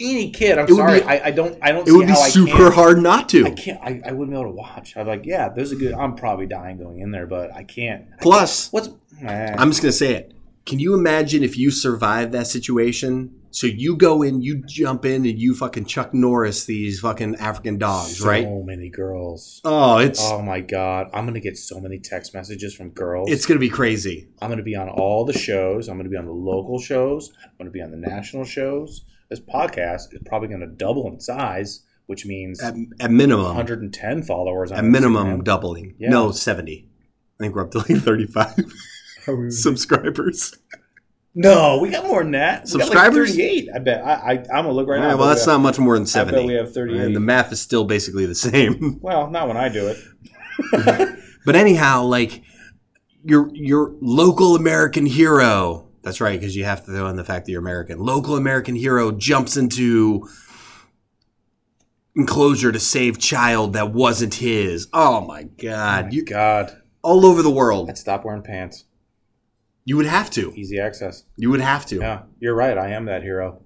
A: Any kid. I'm
C: It would
A: sorry.
C: be-
A: I, I don't. I don't.
C: it
A: see
C: would be
A: how I
C: super
A: can't-
C: hard not
A: I
C: to
A: can't. I, I wouldn't be able to watch. I'm like, yeah, there's a good. I'm probably dying going in there, but I can't.
C: plus
A: What's? eh.
C: i'm just gonna say it can you imagine if you survived that situation so you go in you jump in and you fucking chuck norris these fucking african dogs
A: so
C: right
A: many girls.
C: oh it's
A: Oh my god, I'm gonna get so many text messages from girls.
C: it's gonna be crazy
A: I'm gonna be on all the shows. I'm gonna be on the local shows. I'm gonna be on the national shows. This podcast is probably gonna double in size, which means
C: at, at minimum
A: 110 followers. On
C: at minimum
A: Instagram.
C: doubling
A: Yeah.
C: no 70 i think we're up to like 35 subscribers
A: No, we got more than that. We got like
C: Subscribers?
A: 38. I bet. I, I, I'm gonna look right
C: All right,
A: now.
C: well
A: but
C: that's
A: we have-
C: not much more than 70
A: I bet we have 38.
C: and the math is still basically the same
A: well, not when I do it.
C: but anyhow like your your local american hero that's right because you have to throw in the fact that you're american local american hero jumps into enclosure to save child that wasn't his oh my god you
A: God,
C: all over the world
A: I'd stop wearing pants.
C: you would have to
A: Easy access.
C: you would have to
A: Yeah, you're right. I am that hero.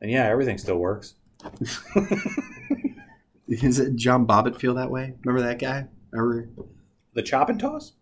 A: And yeah, everything still works.
C: Is it John Bobbitt feel that way? Remember that guy? Remember?
A: The chop and toss?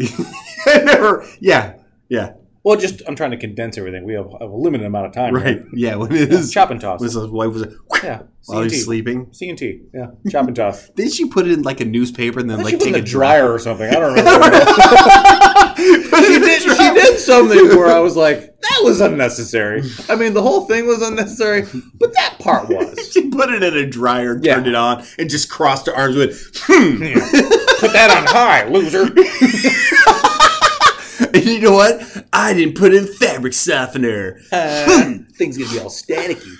C: I never. Yeah. Yeah.
A: Well, just I'm trying to condense everything. We have, have a limited amount of time.
C: Right. Yeah. When it is.
A: Chop and toss.
C: Was his wife was like,
A: yeah. C
C: while
A: and
C: he's
A: T.
C: sleeping?
A: C and T. Yeah. Chop and toss.
C: Didn't she put it in like a newspaper and then
A: Like
C: like
A: she put
C: take
A: in
C: a
A: a
C: dryer?
A: dryer or something. I don't remember. she did. She did something where I was like, that was unnecessary. I mean, the whole thing was unnecessary, but that part was.
C: She put it in a dryer,
A: Yeah.
C: turned it on, and just crossed her arms with, hmm.
A: Put that on high, loser.
C: And you know what? I didn't put in fabric softener.
A: Uh, things gonna be all staticky.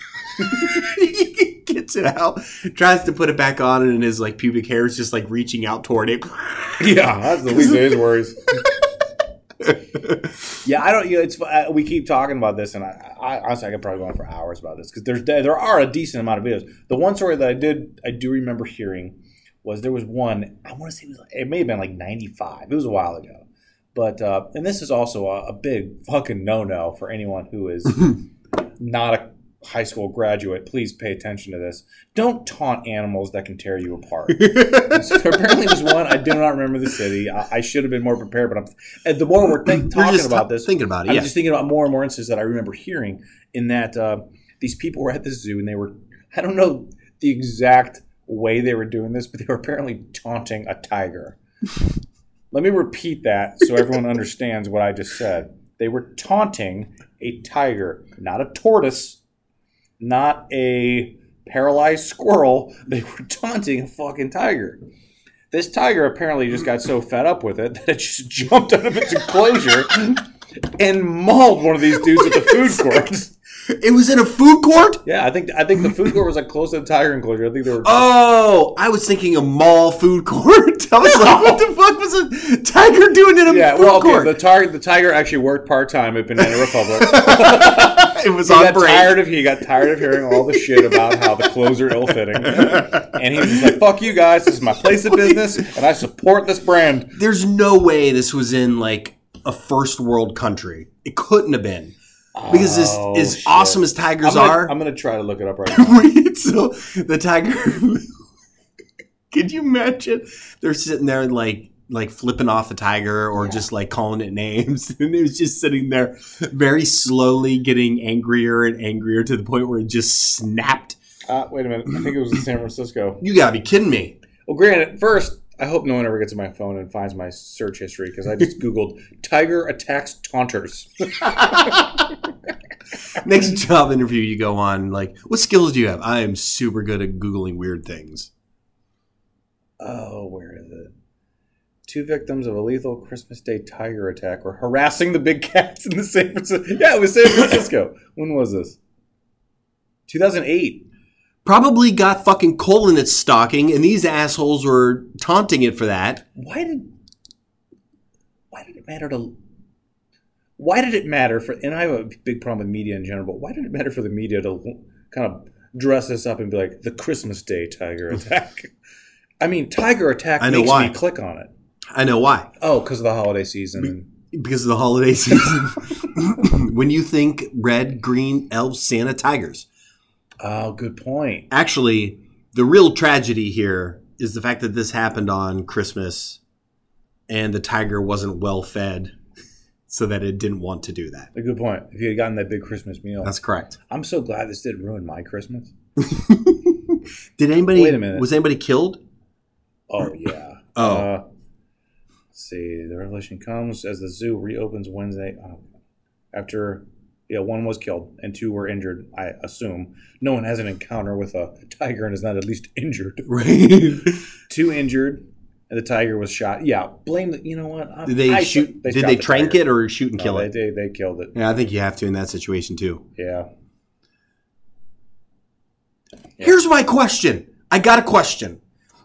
C: he gets it out, tries to put it back on, and his like pubic hair is just like reaching out toward it.
A: Yeah, that's the least of his worries. yeah, I don't. You know, it's uh, we keep talking about this, and I, I honestly I could probably go on for hours about this because there's there are a decent amount of videos. The one story that I did I do remember hearing was there was one I want to say it was it may have been like '95. It was a while ago, but uh, and this is also a, a big fucking no no for anyone who is not a high school graduate. Please pay attention to this. Don't taunt animals that can tear you apart. So there apparently was one. I do not remember the city. I, I should have been more prepared, but I'm. And the more we're think,
C: You're
A: talking
C: just
A: about
C: t-
A: this,
C: Thinking about it,
A: I'm
C: yeah.
A: just thinking about more and more instances that I remember hearing in that uh, these people were at the zoo and they were. I don't know the exact way they were doing this, but they were apparently taunting a tiger. Let me repeat that so everyone understands what I just said. They were taunting a tiger, not a tortoise, not a paralyzed squirrel. They were taunting a fucking tiger. This tiger apparently just got so fed up with it that it just jumped out of its enclosure and mauled one of these dudes at the food court.
C: It was in a food court.
A: Yeah, I think I think the food court was like close to the tiger enclosure. I think they were.
C: Oh, I was thinking a mall food court. I was like, what the fuck was a tiger doing in a
A: yeah,
C: food
A: well, okay.
C: court?
A: The tiger, the tiger actually worked part time at Banana Republic.
C: it was
A: he
C: on
A: got
C: break.
A: tired of he got tired of hearing all the shit about how the clothes are ill fitting, and he was just like, "Fuck you guys! This is my place of business, and I support this brand."
C: There's no way this was in like a first world country. It couldn't have been because as-
A: Oh,
C: as,
A: shit.
C: awesome as tigers
A: I'm gonna,
C: are,
A: I'm gonna try to look it up right now.
C: Wait, so the tiger. Could you imagine? They're sitting there like like flipping off the tiger or just like calling it names, and it was just sitting there very slowly getting angrier and angrier to the point where it just snapped.
A: Uh, wait a minute, I think it was in San Francisco.
C: You gotta be kidding me!
A: Well, granted, first I hope no one ever gets to my phone and finds my search history because I just googled "tiger attacks taunters."
C: Next job interview you go on, like, what skills do you have? I am super good at googling weird things.
A: Oh, where is it? Two victims of a lethal Christmas Day tiger attack were harassing the big cats in the San Francisco. Yeah, it was San Francisco. when was this? 2008.
C: Probably got fucking coal in its stocking, and these assholes were taunting it for that.
A: Why did why did it matter to why did it matter for and I have a big problem with media in general, but why did it matter for the media to kind of dress this up and be like the Christmas Day tiger attack? I mean, tiger attack
C: I know
A: makes
C: why.
A: me click on it.
C: I know why.
A: Oh, because of the holiday season. and-
C: because of the holiday season. when you think red, green, elves, Santa, tigers.
A: oh, good point.
C: Actually, the real tragedy here is the fact that this happened on Christmas and the tiger wasn't well fed so that it didn't want to do that.
A: A good point. If you had gotten that big Christmas meal,
C: That's correct.
A: I'm so glad this didn't ruin my Christmas.
C: Did anybody
A: Wait a minute.
C: was anybody killed?
A: Oh yeah.
C: Oh.
A: Uh, let's see. The revelation comes as the zoo reopens Wednesday. Oh, after, yeah, one was killed and two were injured. I assume no one has an encounter with a tiger and is not at least injured.
C: Right. Did
A: Two injured, and the tiger was shot. Yeah. Blame. The, you know what? i
C: they
A: I-
C: shoot did
A: shot
C: they
A: the
C: trank
A: tiger.
C: it or shoot and
A: No,
C: kill
A: they,
C: it?
A: They, they killed it.
C: Yeah, I think you have to in that situation too.
A: Yeah.
C: Here's my question. I got a question.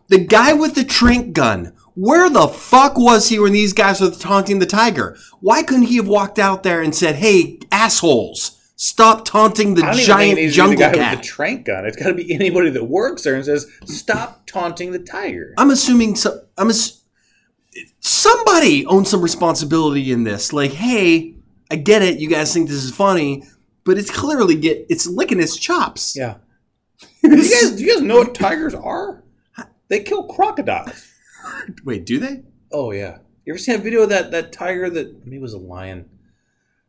C: The guy with the trink gun, where the fuck was he when these guys were taunting the tiger? Why couldn't he have walked out there and said, hey, assholes, stop taunting the
A: I don't even think it
C: giant
A: needs to be
C: jungle
A: the guy
C: cat?
A: with the trank gun. It's got to be anybody that works there and says, "Stop taunting the tiger."
C: I'm assuming so, I'm ass- somebody owns some responsibility in this. Like, hey, I get it. You guys think this is funny, but it's clearly get it's licking its chops.
A: Yeah. Do you guys, do you guys know what tigers are?
B: They kill crocodiles.
C: Wait, do they?
A: Oh yeah. You ever seen a video of that that tiger that I mean, it was a lion?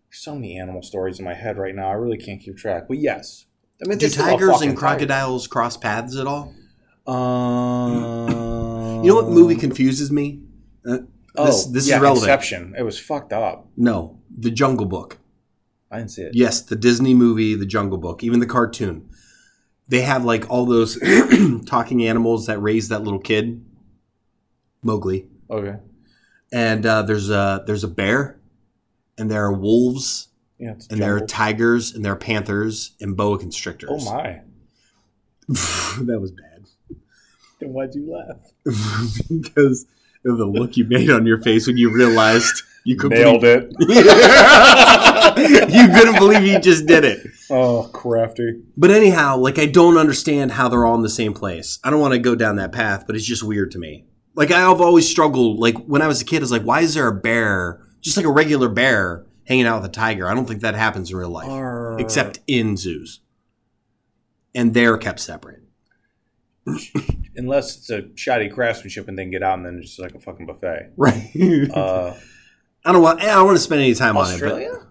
A: There's so many animal stories in my head right now. I really can't keep track. But yes, I mean,
C: Do
A: this is a
C: tigers
A: fucking
C: and crocodiles cross paths at all?
A: tiger. Um, oh,
C: You know what movie confuses me? this- this is relevant.
A: Inception. It was fucked up.
C: No, The Jungle Book.
A: I didn't see it.
C: Yes, the Disney movie, The Jungle Book, even the cartoon. They have like all those talking animals that raise that little kid, Mowgli,
A: Okay.
C: and uh, there's a there's a bear, and there are wolves,
A: Yeah. It's
C: and there
A: jungle.
C: are tigers, and there are panthers, and boa constrictors.
A: oh my.
C: that was bad
A: Then why'd you laugh?
C: because of the look you made on your face when you realized you couldn't
A: Nailed it.
C: believe- you couldn't believe you just did it.
A: Oh, crafty.
C: But anyhow, like I don't understand how they're all in the same place. I don't want to go down that path, but it's just weird to me. Like I've always struggled. Like when I was a kid, I was like, why is there a bear, just like a regular bear, hanging out with a tiger? I don't think that happens in real life, except in zoos, and they're kept separate.
A: unless it's a shoddy craftsmanship and then get out and then it's just like a fucking buffet.
C: Right.
A: Uh,
C: I don't want. I don't want to spend any time on it.
A: Australia.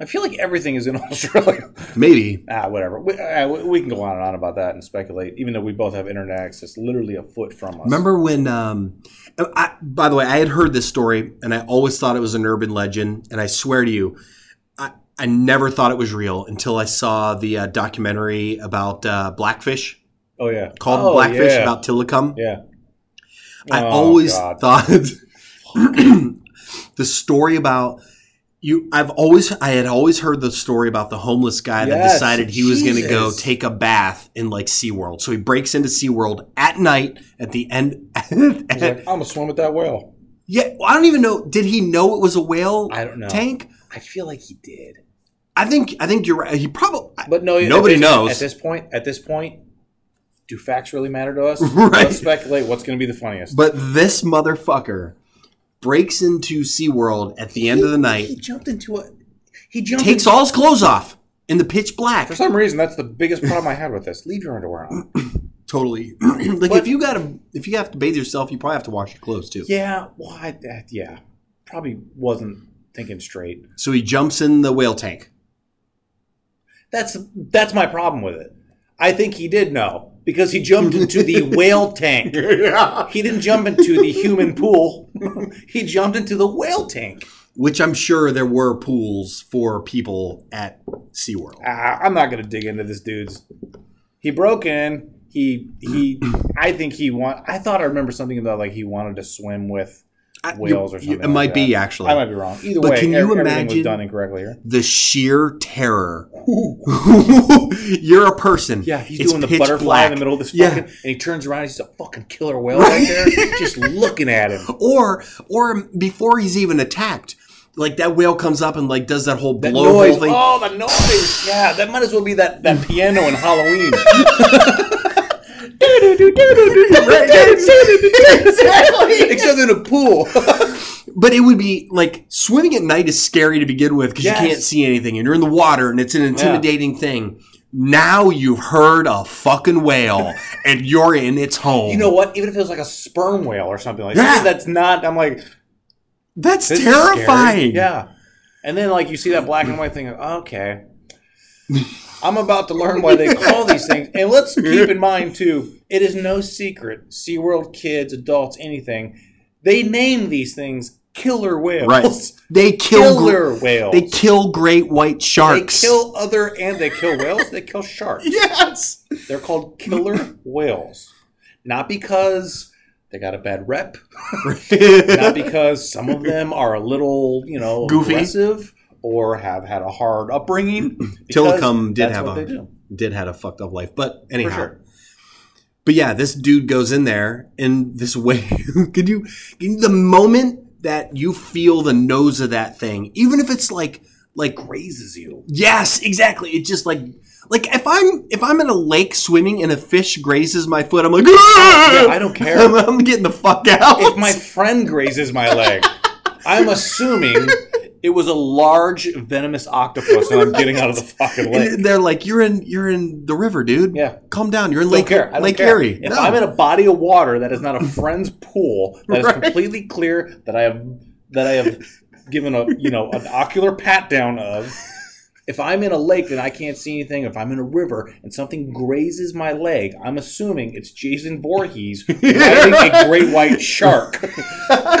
A: I feel like everything is in Australia.
C: But maybe.
A: ah, whatever. We, ah, we- we can go on and on about that and speculate, even though we both have internet access literally a foot from us.
C: Remember when? Um, I, by the way, I had heard this story, and I always thought it was an urban legend. And I swear to you, I, I never thought it was real until I saw the uh, documentary about uh, blackfish
A: Oh yeah.
C: called
A: Oh,
C: Blackfish
A: yeah.
C: about Tillicum.
A: yeah.
C: I
A: Oh,
C: always
A: God.
C: thought the story about you. I've always I had always heard the story about the homeless guy that
A: Yes,
C: decided he was going to go
A: Jesus.
C: take a bath in like SeaWorld. So he breaks into SeaWorld at night at the end.
A: He's like, I'm gonna swim with that whale.
C: Yeah, well, I don't even know. Did he know it was a whale
A: I don't know.
C: tank?
A: I feel like he did,
C: I think I think you're right. He probably
A: but no. at
C: Nobody
A: this-
C: knows.
A: at this point. At this point, do facts really matter to us?
C: Right.
A: Let's speculate. What's gonna be the funniest?
C: but this motherfucker breaks into SeaWorld at the end of the
A: He
C: night,
A: jumped into a. He jumped.
C: takes all his clothes off in the pitch black.
A: For some reason, that's the biggest problem I had with this. Leave your underwear on.
C: Totally. like
A: But-
C: if you got to if you have to bathe yourself, you probably have to wash your clothes too.
A: yeah, well, I, that, yeah. Probably wasn't thinking straight.
C: So he jumps in the whale tank.
A: That's that's my problem with it. I think he did know because he jumped into the whale tank. He didn't jump into the human pool. he jumped into the whale tank.
C: Which I'm sure there were pools for people at SeaWorld.
A: Ah, I'm not gonna dig into this dude's. He broke in. He he. I think he want. I thought I remember something about like he wanted to swim with
C: I- you-
A: whales or
C: you-
A: something.
C: It
A: like
C: might be
A: that.
C: actually.
A: I might be wrong. Either
C: But
A: way,
C: can you
A: ev- everything
C: imagine-
A: was done incorrectly here.
C: the sheer terror. You're a person.
A: Yeah, he's
C: It's
A: doing the
C: pitch
A: butterfly in
C: black.
A: the middle of this fucking,
C: Yeah.
A: and he turns around, he's a fucking killer whale right there, just looking at him.
C: Or or before he's even attacked, like that whale comes up and like does that whole
A: That
C: blow
A: noise,
C: hole thing.
A: oh, the noise! Yeah, that might as well be that, that piano in Halloween. Except in a pool.
C: But it would be like swimming at night is scary to begin with because
A: Yes.
C: you can't see anything and you're in the water and it's an intimidating thing. Now you've heard a fucking whale and you're in its home.
A: you know what? Even if it was like a sperm whale or something like
C: Yeah.
A: that, that's not. I'm like,
C: that's
A: This is scary.
C: terrifying.
A: Yeah. And then like you see that black and white thing, okay. I'm about to learn why they call these things. And let's keep in mind too, it is no secret. SeaWorld kids, adults, anything, they name these things killer whales.
C: Right. They kill gr-
A: Killer whales.
C: They kill great white
A: They
C: sharks.
A: kill other and they kill whales, they kill sharks.
C: yes.
A: They're called killer whales. Not because they got a bad rep. not because some of them are a little, you know,
C: Goofy.
A: aggressive or have had a hard upbringing. because
C: Tillicum did
A: that's
C: have
A: what
C: a
A: they do.
C: did had a fucked up life, but anyhow.
A: sure.
C: But yeah, this dude goes in there and this way. could you the moment that you feel the nose of that thing, even if it's like like
A: Raises you.
C: yes, exactly. It just like like if I'm if I'm in a lake swimming and a fish grazes my foot, I'm like
A: Yeah,
C: "Ah!"
A: I don't
C: I'm,
A: care
C: I'm getting the fuck out.
A: if my friend grazes my leg. I'm assuming It was a large venomous octopus, and I'm getting out of the fucking lake.
C: And they're like, "You're in, you're in the river, dude.
A: Yeah.
C: calm down. You're in
A: Don't
C: Lake
A: care. I don't
C: Lake
A: care.
C: Erie.
A: If I'm in a body of water that is not a friend's pool, that is
C: Right.
A: completely clear, that I have that I have given a you know an ocular pat down of. If I'm in a lake and I can't see anything, if I'm in a river and something grazes my leg, I'm assuming it's Jason Voorhees riding a great white shark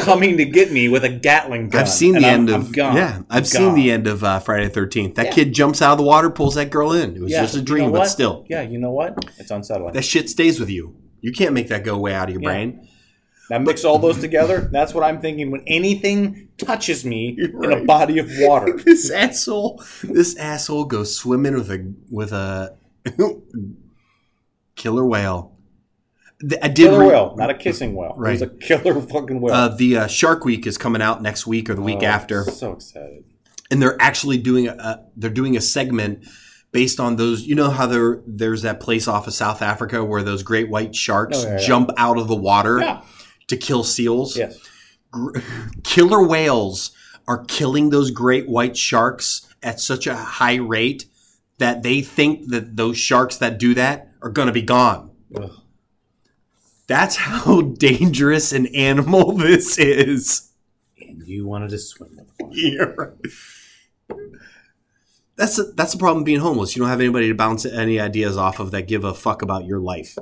A: coming to get me with a Gatling gun.
C: I've seen
A: and
C: the
A: I'm-
C: end of
A: I'm gone.
C: yeah. I've
A: I'm
C: seen
A: gone.
C: the end of uh, Friday the Thirteenth. That
A: Yeah.
C: kid jumps out of the water, pulls that girl in. It was
A: Yeah,
C: just a
A: you
C: dream,
A: know
C: but
A: what?
C: still,
A: Yeah, you know what? It's unsettling.
C: that shit stays with you. You can't make that go way out of your
A: Yeah.
C: brain.
A: Now mix all those together. That's what I'm thinking when anything touches me in a
C: right.
A: body of water.
C: This asshole, this asshole goes swimming with a with a killer whale. Th- I did
A: Killer
C: read-
A: whale, not a kissing whale. It was a
C: Right.
A: killer fucking whale.
C: Uh, the uh, Shark Week is coming out next week or the week
A: Oh,
C: after,
A: So excited.
C: and they're actually doing a, a they're doing a segment based on those. You know how there there's that place off of South Africa where those great white sharks
A: Oh, yeah, yeah.
C: jump out of the water
A: Yeah.
C: to kill seals.
A: Yes.
C: Killer whales are killing those great white sharks at such a high rate that they think that those sharks that do that are going to be gone.
A: Ugh.
C: That's how dangerous an animal this is.
A: And you wanted to swim with one.
C: Yeah. That's a, that's the problem being homeless. You don't have anybody to bounce any ideas off of that give a fuck about your life.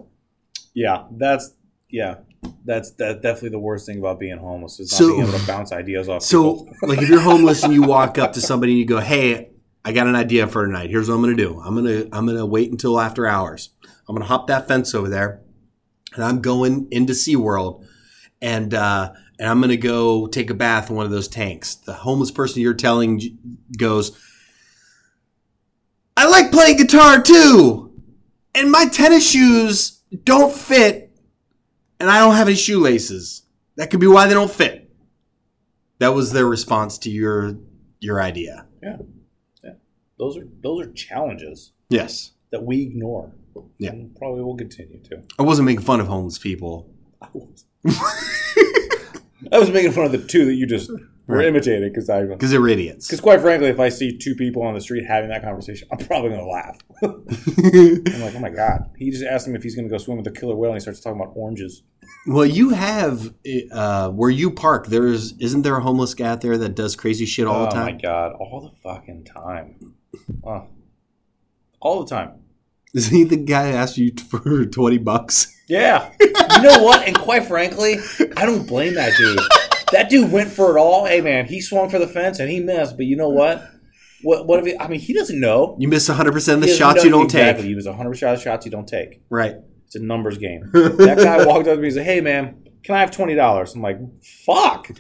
A: Yeah, that's yeah. That's that definitely the worst thing about being homeless is not
C: So-
A: being able to bounce ideas off. people.
C: So, like, if you're homeless and you walk up to somebody and you go, "Hey, I got an idea for tonight. Here's what I'm gonna do. I'm gonna I'm gonna wait until after hours. I'm gonna hop that fence over there, and I'm going into SeaWorld, and uh, and I'm gonna go take a bath in one of those tanks." The homeless person you're telling j- goes, "I like playing guitar too, and my tennis shoes don't fit, and I don't have any shoelaces. That could be why they don't fit." That was their response to your your idea.
A: those are those are challenges
C: Yes.
A: that we ignore.
C: Yeah.
A: And probably will continue to.
C: I wasn't making fun of homeless people.
A: I was. I was making fun of the two that you just were
C: Right.
A: imitating because I
C: Because they're idiots.
A: Because quite frankly, if I see two people on the street having that conversation, I'm probably going to laugh. I'm like, oh my god, he just asked him if he's going to go swim with a killer whale, and he starts talking about oranges.
C: well, you have uh, where you park. There's isn't there a homeless guy out there that does crazy shit all
A: oh
C: the
A: my
C: time?
A: god, all the fucking time, oh. all the time.
C: Is he the guy that asked you t- for twenty bucks?
A: Yeah, you know what? And quite frankly, I don't blame that dude. That dude went for it all. Hey man, he swung for the fence and he missed. But you know what? What? What if? He, I mean, he doesn't know.
C: You miss hundred percent of the
A: He doesn't
C: shots
A: know-
C: you don't
A: exactly.
C: take.
A: He was 100 shot of shots you don't take.
C: Right.
A: It's a numbers game. that guy walked up to me and said, Hey, man, can I have $20? I'm like, Fuck.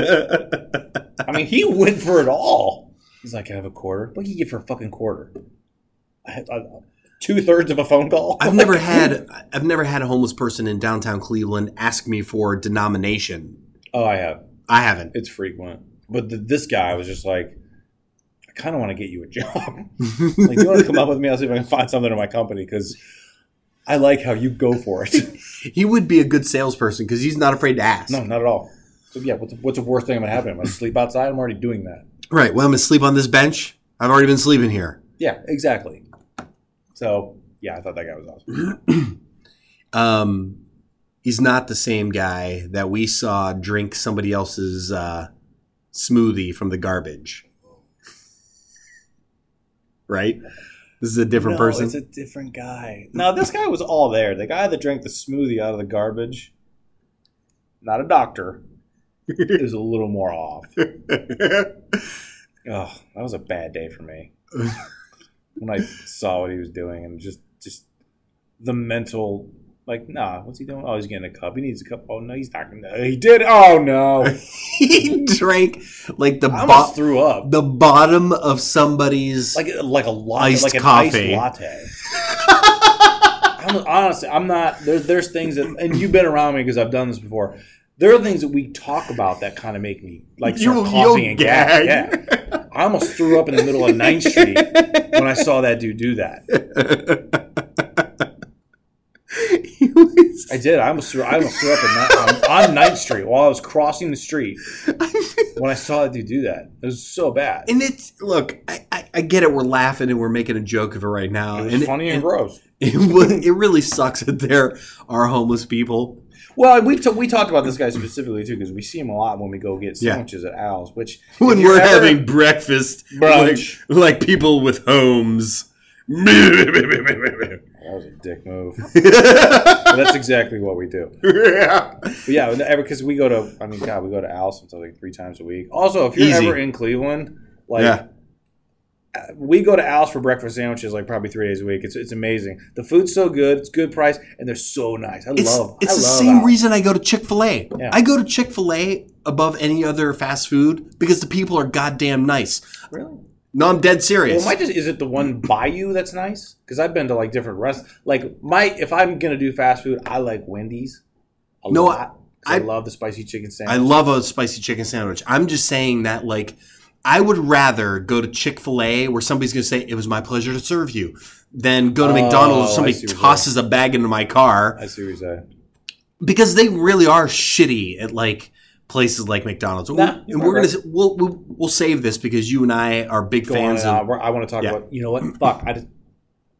A: I mean, he went for it all. He's like, Can I have a quarter? What can you get for a fucking quarter? I, I, Two thirds of a phone call?
C: I've never had I've never had a homeless person in downtown Cleveland ask me for denomination.
A: Oh, I have.
C: I haven't.
A: It's frequent. But th this guy was just like, I kind of want to get you a job. like, you want to come up with me? I'll see if I can find something in my company because I like how you go for it.
C: He would be a good salesperson because he's not afraid to ask.
A: no, not at all. So, yeah, what's, what's the worst thing I'm going to happen? I'm going to sleep outside. I'm already doing that.
C: Right. Well, I'm gonna sleep on this bench. I've already been sleeping here.
A: Yeah, exactly. So yeah, I thought that guy was awesome.
C: Um, he's not the same guy that we saw drink somebody else's uh, smoothie from the garbage. Right. This is a different person.
A: It's a different guy. No, this guy was all there. The guy that drank the smoothie out of the garbage, not a doctor, is a little more off. Oh, that was a bad day for me. when I saw what he was doing and just just the mental like, nah, what's he doing? Oh, he's getting a cup. He needs a cup. Oh no, he's not gonna he did oh no.
C: he drank like the
A: I
C: bo-
A: almost threw up.
C: the bottom of somebody's.
A: like like a latte,
C: Iced
A: like an
C: coffee.
A: iced latte. I'm, honestly, I'm not. There's there's things that, and you've been around me because I've done this before. There are things that we talk about that kind of make me like start
C: You'll-
A: coughing
C: you'll
A: and gag.
C: gag.
A: Yeah, I almost threw up in the middle of 9th Street when I saw that dude do that.
C: he was
A: I did. I almost threw, I almost threw up in that, on, on 9th Street while I was crossing the street when I saw that dude do that. It was so bad.
C: And it's look, I, I, I get it. We're laughing and we're making a joke of it right now,
A: It was
C: and
A: funny
C: it,
A: and gross.
C: It, was, it really sucks that there are homeless people.
A: Well, and we've t- we talked about this guy specifically too because we see him a lot when we go get
C: Yeah.
A: sandwiches at Al's. Which
C: When
A: if you're
C: we're
A: ever-
C: having breakfast, like,
A: Brunch.
C: like people with homes.
A: that was a dick move. But that's exactly what we do. But yeah, because we go to I mean God, we go to Al's sometimes like three times a week. Also, if you're
C: Easy.
A: ever in Cleveland, like.
C: Yeah.
A: uh, We go to Al's for breakfast sandwiches like probably three days a week. It's, it's amazing. The food's so good. It's good price, and they're so nice. I
C: It's,
A: love.
C: it's
A: I
C: the
A: love
C: same
A: Al's.
C: reason I go to Chick fil A. I
A: Yeah.
C: go to Chick fil A above any other fast food because the people are goddamn nice.
A: Really?
C: No, I'm dead
A: Well,
C: serious.
A: my just is it the one by you that's nice? Because I've been to like different rest. Like my, if I'm gonna do fast food, I like Wendy's. A
C: No,
A: lot. 'cause I,
C: I-
A: love the spicy chicken sandwich.
C: I love a spicy chicken sandwich. I'm just saying that, like, I would rather go to Chick fil A where somebody's going to say, It was my pleasure to serve you, than go to
A: Oh,
C: McDonald's where
A: I see
C: somebody
A: what you're
C: tosses a bag into my car.
A: I see what you're saying.
C: because they really are shitty at like places like McDonald's.
A: Nah,
C: and
A: you're
C: we're
A: right.
C: gonna s- we'll, we'll we'll save this because you and I are big
A: Go on
C: fans
A: and
C: of.
A: on. We're- I want to talk
C: Yeah.
A: about. You know what? Fuck. I just.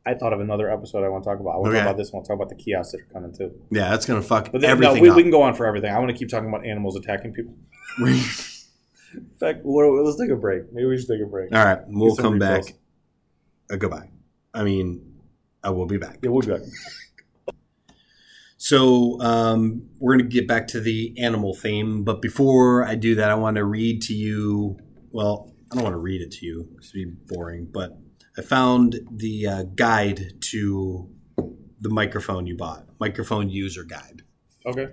A: I thought of another episode I want to talk about. I want to
C: Okay.
A: talk about this. I want to talk about the kiosks that are coming too.
C: Yeah, that's gonna fuck
A: But then, no,
C: everything
A: we,
C: up.
A: we can go on for everything. I want to keep talking about animals attacking people. In fact, what- let's take a break. Maybe we should take a break.
C: All right, we'll
A: Get some
C: come back.
A: refills.
C: Uh, goodbye. I mean, I will be back.
A: Yeah, we'll be back.
C: So um, we're going to get back to the animal theme, but before I do that, I want to read to you. Well, I don't want to read it to you because it'd be boring, but I found the uh, guide to the microphone you bought, microphone user guide.
A: Okay.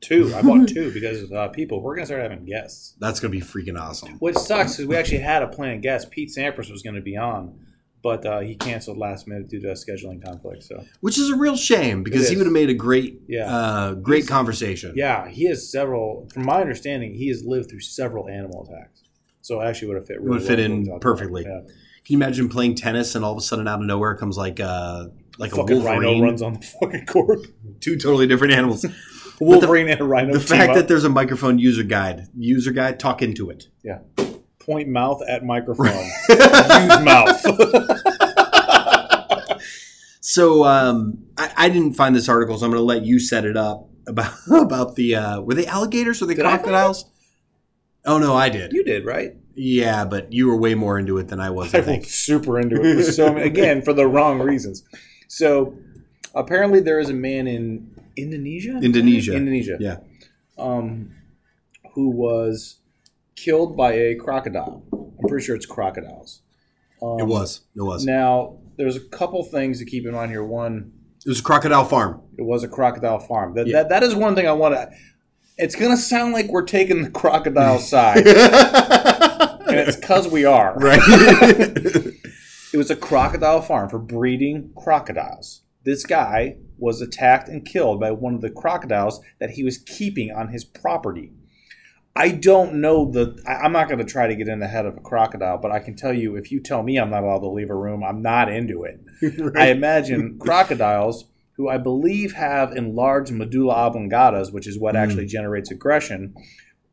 A: Two. I bought two because uh, people. We're gonna start having guests.
C: That's going to be freaking awesome.
A: Which sucks because we actually had a planned guest. Pete Sampras was going to be on, but uh, he canceled last minute due to a scheduling conflict. So
C: Which is a real shame because he
A: is.
C: would have made a great,
A: yeah,
C: uh, great conversation.
A: yeah, he has several. From my understanding, he has lived through several animal attacks. So it actually would have fit. Really
C: Would
A: well
C: fit
A: with
C: in
A: what we talked about.
C: perfectly.
A: Yeah.
C: Can you imagine playing tennis and all of a sudden out of nowhere comes like a like a
A: fucking rhino
C: wolverine?
A: runs on the fucking court.
C: Two totally different animals. But the-
A: Wolverine and a rhino.
C: the
A: team
C: fact
A: up.
C: that there's a microphone user guide user guide talk into it
A: point mouth at microphone. Use mouth.
C: so um, I, I didn't find this article so i'm going to let you set it up about about the uh, were they alligators or they
A: Did I find
C: crocodiles oh no i did
A: you did right.
C: yeah but you were way more into it than i was i
A: I was
C: think
A: super into it. For so many, again, for the wrong reasons. So apparently, there is a man in Indonesia.
C: Indonesia.
A: Indonesia.
C: Yeah.
A: Um, who was killed by a crocodile? I'm pretty sure it's crocodiles. Um,
C: it was it was
A: Now, there's a couple things to keep in mind here. One,
C: it was a crocodile farm
A: it was a crocodile farm. That
C: Yeah.
A: that, that is one thing I want to. It's gonna sound like we're taking the crocodile side, and it's because we are.
C: right
A: It was a crocodile farm for breeding crocodiles. This guy was attacked and killed by one of the crocodiles that he was keeping on his property. I don't know the. I, I'm not going to try to get in the head of a crocodile, but I can tell you if you tell me I'm not allowed to leave a room, I'm not into it. I imagine crocodiles, who I believe have enlarged medulla oblongatas, which is what
C: Mm.
A: actually generates aggression,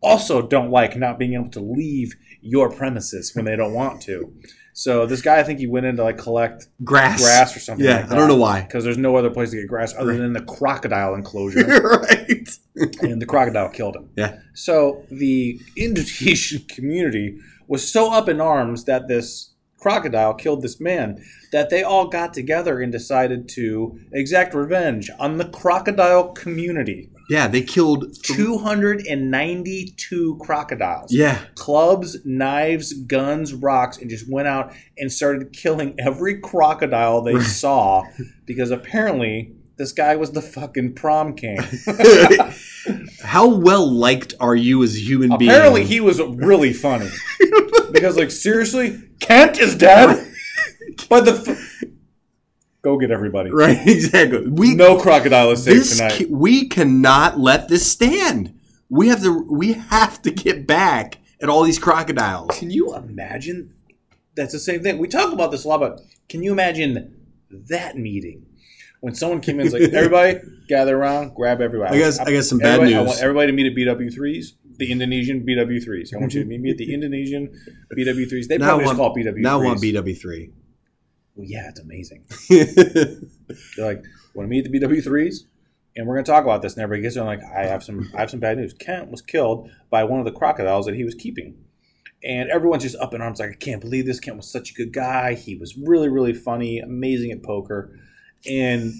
A: also don't like not being able to leave your premises when they don't want to. So this guy, I think he went in to like collect
C: grass
A: grass or something.
C: yeah i don't know why
A: because there's no other place to get grass other
C: Right.
A: than the crocodile enclosure,
C: right
A: and the crocodile killed him.
C: Yeah.
A: So the Indonesian community was so up in arms that this crocodile killed this man that they all got together and decided to exact revenge on the crocodile community.
C: yeah they killed th-
A: 292 crocodiles.
C: yeah
A: clubs, knives, guns, rocks, and just went out and started killing every crocodile they saw because apparently this guy was the fucking prom king.
C: how well liked are you as a human being
A: apparently he was really funny because like seriously, Kent is dead. but the f- go get everybody.
C: Right, exactly. We
A: No crocodile is safe
C: this
A: tonight.
C: ca- we cannot let this stand. We have to we have to get back at all these crocodiles.
A: Can you imagine? That's the same thing. We talk about this a lot, but can you imagine that meeting When someone came in, it's like everybody gather around, grab everybody.
C: I guess- I got some bad
A: everybody- I
C: news.
A: want everybody to meet at BW threes, the Indonesian BW threes. I want you to meet me at the Indonesision BW threes. They
C: Now I
A: probably just
C: want,
A: call it BW.
C: now I want
A: threes.
C: BW3.
A: Well, yeah, it's amazing. They're like, want to meet the BW threes, and we're gonna talk about this. And everybody gets there. I'm like, I have some, I have some bad news. Kent was killed by one of the crocodiles that he was keeping, and everyone's just up in arms. Like, I can't believe this. Kent was such a good guy. He was really, really funny, amazing at poker, and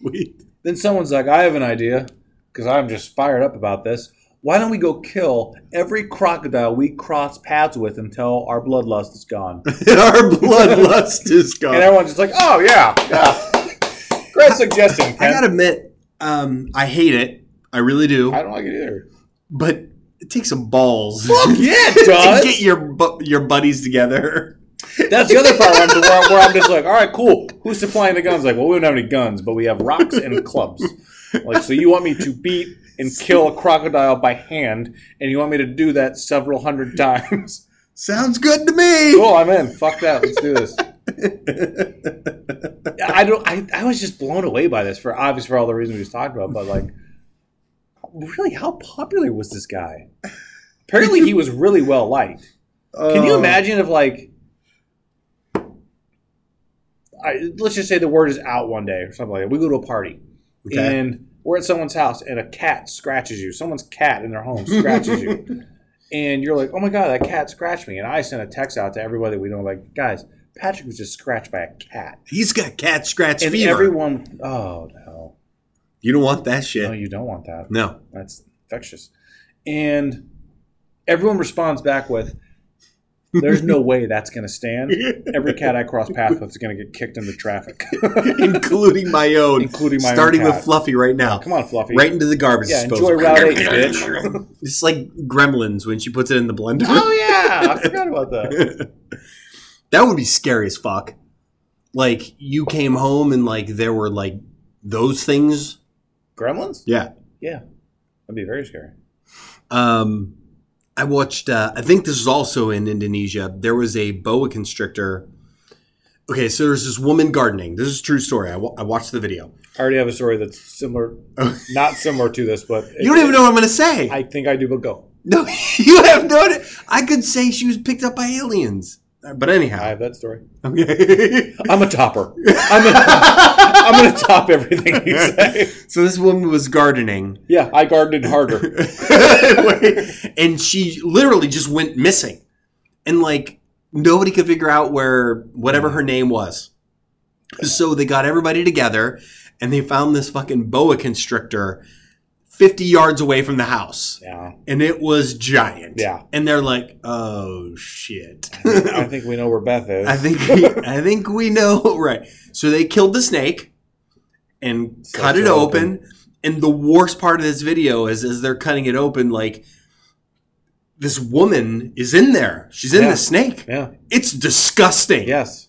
C: Wait.
A: then someone's like, I have an idea because I'm just fired up about this. Why don't we go kill every crocodile we cross paths with until our bloodlust is gone?
C: Uh-huh. Our bloodlust is gone.
A: And everyone's just like, oh, yeah. yeah. Great suggestion.
C: I
A: Ken.
C: gotta admit, um, I hate it. I really do.
A: I don't like it either.
C: but it takes some balls
A: Yeah,
C: to
A: it
C: get your bu- your buddies together.
A: does. That's the other part where I'm, where, where I'm just like, all right, cool. Who's supplying the guns? Like, well, we don't have any guns, but we have rocks and clubs. Like, so you want me to beat and kill a crocodile by hand, and you want me to do that several hundred times?
C: Sounds good to me.
A: Cool, I'm in. Fuck that. Let's do this. I don't. I, I was just blown away by this for obvious for all the reasons we just talked about. But like, really, how popular was this guy? Apparently, he was really well liked. Can you
C: Oh.
A: imagine if like, I, let's just say the word is out one day or something like that. We go to a party
C: Okay.
A: and we're at someone's house and a cat scratches you. Someone's cat in their home scratches you, and you're like, oh my god, that cat scratched me. And I sent a text out to everybody we know, like, guys, Patrick was just scratched by a cat,
C: He's got cat scratch
A: and
C: fever.
A: everyone, oh no,
C: you don't want that shit.
A: no, you don't want that.
C: no.
A: That's infectious. And everyone responds back with, "There's no way that's going to stand. Every cat I cross paths with is going to get kicked into traffic,
C: including my own.
A: including my own
C: starting
A: cat.
C: with Fluffy right now.
A: Come on, Fluffy.
C: Right into the garbage
A: yeah, enjoy
C: disposal.
A: Route Eight, bitch.
C: It's like Gremlins when she puts it in the blender.
A: oh yeah, I forgot about that.
C: That would be scary as fuck. Like you came home and like there were like those things.
A: Gremlins?
C: Yeah.
A: Yeah, that'd be very scary.
C: Um, I watched. Uh, I think this is also in Indonesia. There was a boa constrictor. Okay, so there's this woman gardening. This is a true story. I wa- I watched the video.
A: I already have a story that's similar, not similar to this, but
C: You don't even know what I'm going to say.
A: I think I do, but go.
C: no, you have no. idea. I could say she was picked up by aliens. Uh, But
A: I
C: anyhow,
A: have that story.
C: okay.
A: I'm a topper. I'm gonna, I'm gonna top everything you say.
C: so this woman was gardening,
A: Yeah, I gardened harder.
C: and she literally just went missing, and like nobody could figure out where whatever her name was. So they got everybody together, and they found this fucking boa constrictor fifty yards away from the house,
A: Yeah,
C: and it was giant.
A: Yeah.
C: and they're like, "Oh shit."
A: I think we know where Beth is.
C: I think we, I think we know right. So they killed the snake and
A: Sliced
C: cut it
A: it open.
C: open. And the worst part of this video is as they're cutting it open, like this woman is in there. She's in
A: Yeah.
C: the snake.
A: yeah.
C: It's disgusting.
A: Yes,